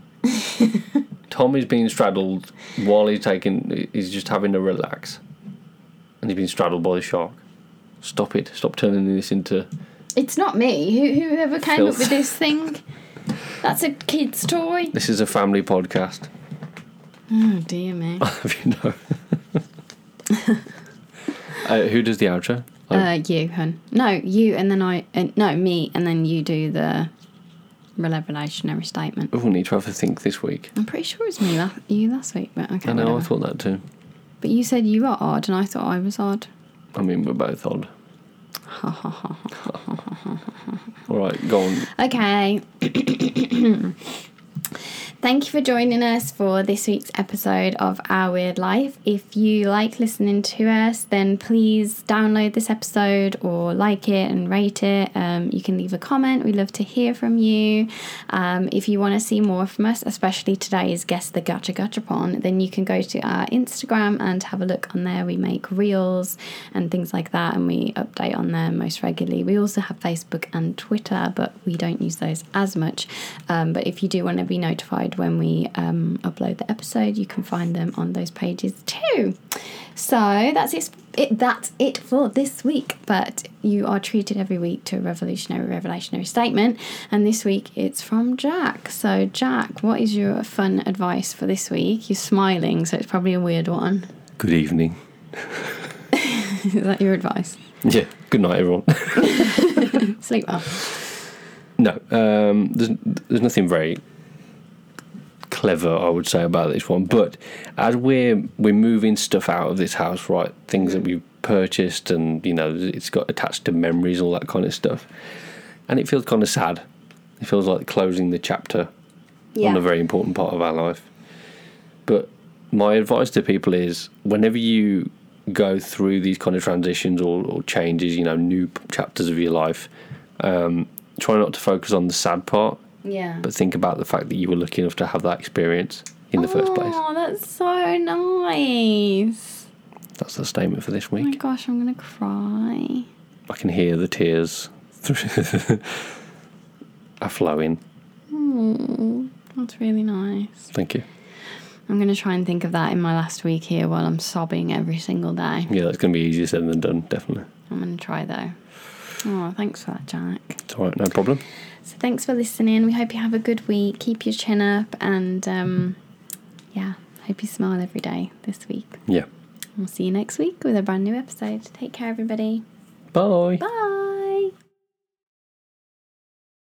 Speaker 1: Tom is being straddled while he's taking, he's just having to relax. And he's being straddled by the shark. Stop it. Stop turning this into.
Speaker 2: It's not me. Who whoever came
Speaker 1: Filth.
Speaker 2: up with this thing? That's a kid's toy.
Speaker 1: This is a family podcast.
Speaker 2: Oh dear me.
Speaker 1: If you know. uh, who does the outro? Like,
Speaker 2: Uh, you, hun. No, you, and then I. And, no, me, and then you do the revelationary statement.
Speaker 1: oh, we will need to have a think this week.
Speaker 2: I'm pretty sure it was me, la- you last week, but okay.
Speaker 1: I know,
Speaker 2: whatever.
Speaker 1: I thought that too.
Speaker 2: But you said you were odd, and I thought I was odd.
Speaker 1: I mean, we're both odd. All right, go on.
Speaker 2: Okay. Thank you for joining us for this week's episode of Our Weird Life. If you like listening to us, then please download this episode or like it and rate it. Um, you can leave a comment. We love to hear from you. Um, if you want to see more from us, especially today's guest, the Gacha Gachapon, then you can go to our Instagram and have a look on there. We make reels and things like that, and we update on there most regularly. We also have Facebook and Twitter, but we don't use those as much. Um, but if you do want to be notified when we um, upload the episode, you can find them on those pages too. So that's it, it. That's it for this week. But you are treated every week to a revolutionary, revolutionary statement, and this week it's from Jack. So Jack, what is your fun advice for this week? You're smiling, so it's probably a weird one.
Speaker 1: Good evening.
Speaker 2: is that your advice?
Speaker 1: Yeah, good night, everyone.
Speaker 2: Sleep well.
Speaker 1: no, um, there's, there's nothing very clever, I would say, about this one. But as we're we're moving stuff out of this house, right? Things that we've purchased, and you know, it's got attached to memories, all that kind of stuff. And it feels kind of sad. It feels like closing the chapter on a very important part of our life. But my advice to people is whenever you go through these kind of transitions or, or changes, you know, new p- chapters of your life, um, try not to focus on the sad part,
Speaker 2: yeah.
Speaker 1: but think about the fact that you were lucky enough to have that experience in the first place.
Speaker 2: Oh, that's so Oh nice.
Speaker 1: That's the statement for this
Speaker 2: Oh my
Speaker 1: week.
Speaker 2: gosh, I'm gonna cry.
Speaker 1: I can hear the tears are flowing.
Speaker 2: That's really nice.
Speaker 1: Thank you.
Speaker 2: I'm going to try and think of that in my last week here while I'm sobbing every single day.
Speaker 1: Yeah, that's going to be easier said than done, definitely.
Speaker 2: I'm going to try though. Oh, thanks for that, Jack.
Speaker 1: It's all right, no problem.
Speaker 2: So thanks for listening. We hope you have a good week. Keep your chin up and um, yeah, hope you smile every day this week.
Speaker 1: Yeah.
Speaker 2: We'll see you next week with a brand new episode. Take care, everybody.
Speaker 1: Bye.
Speaker 2: Bye.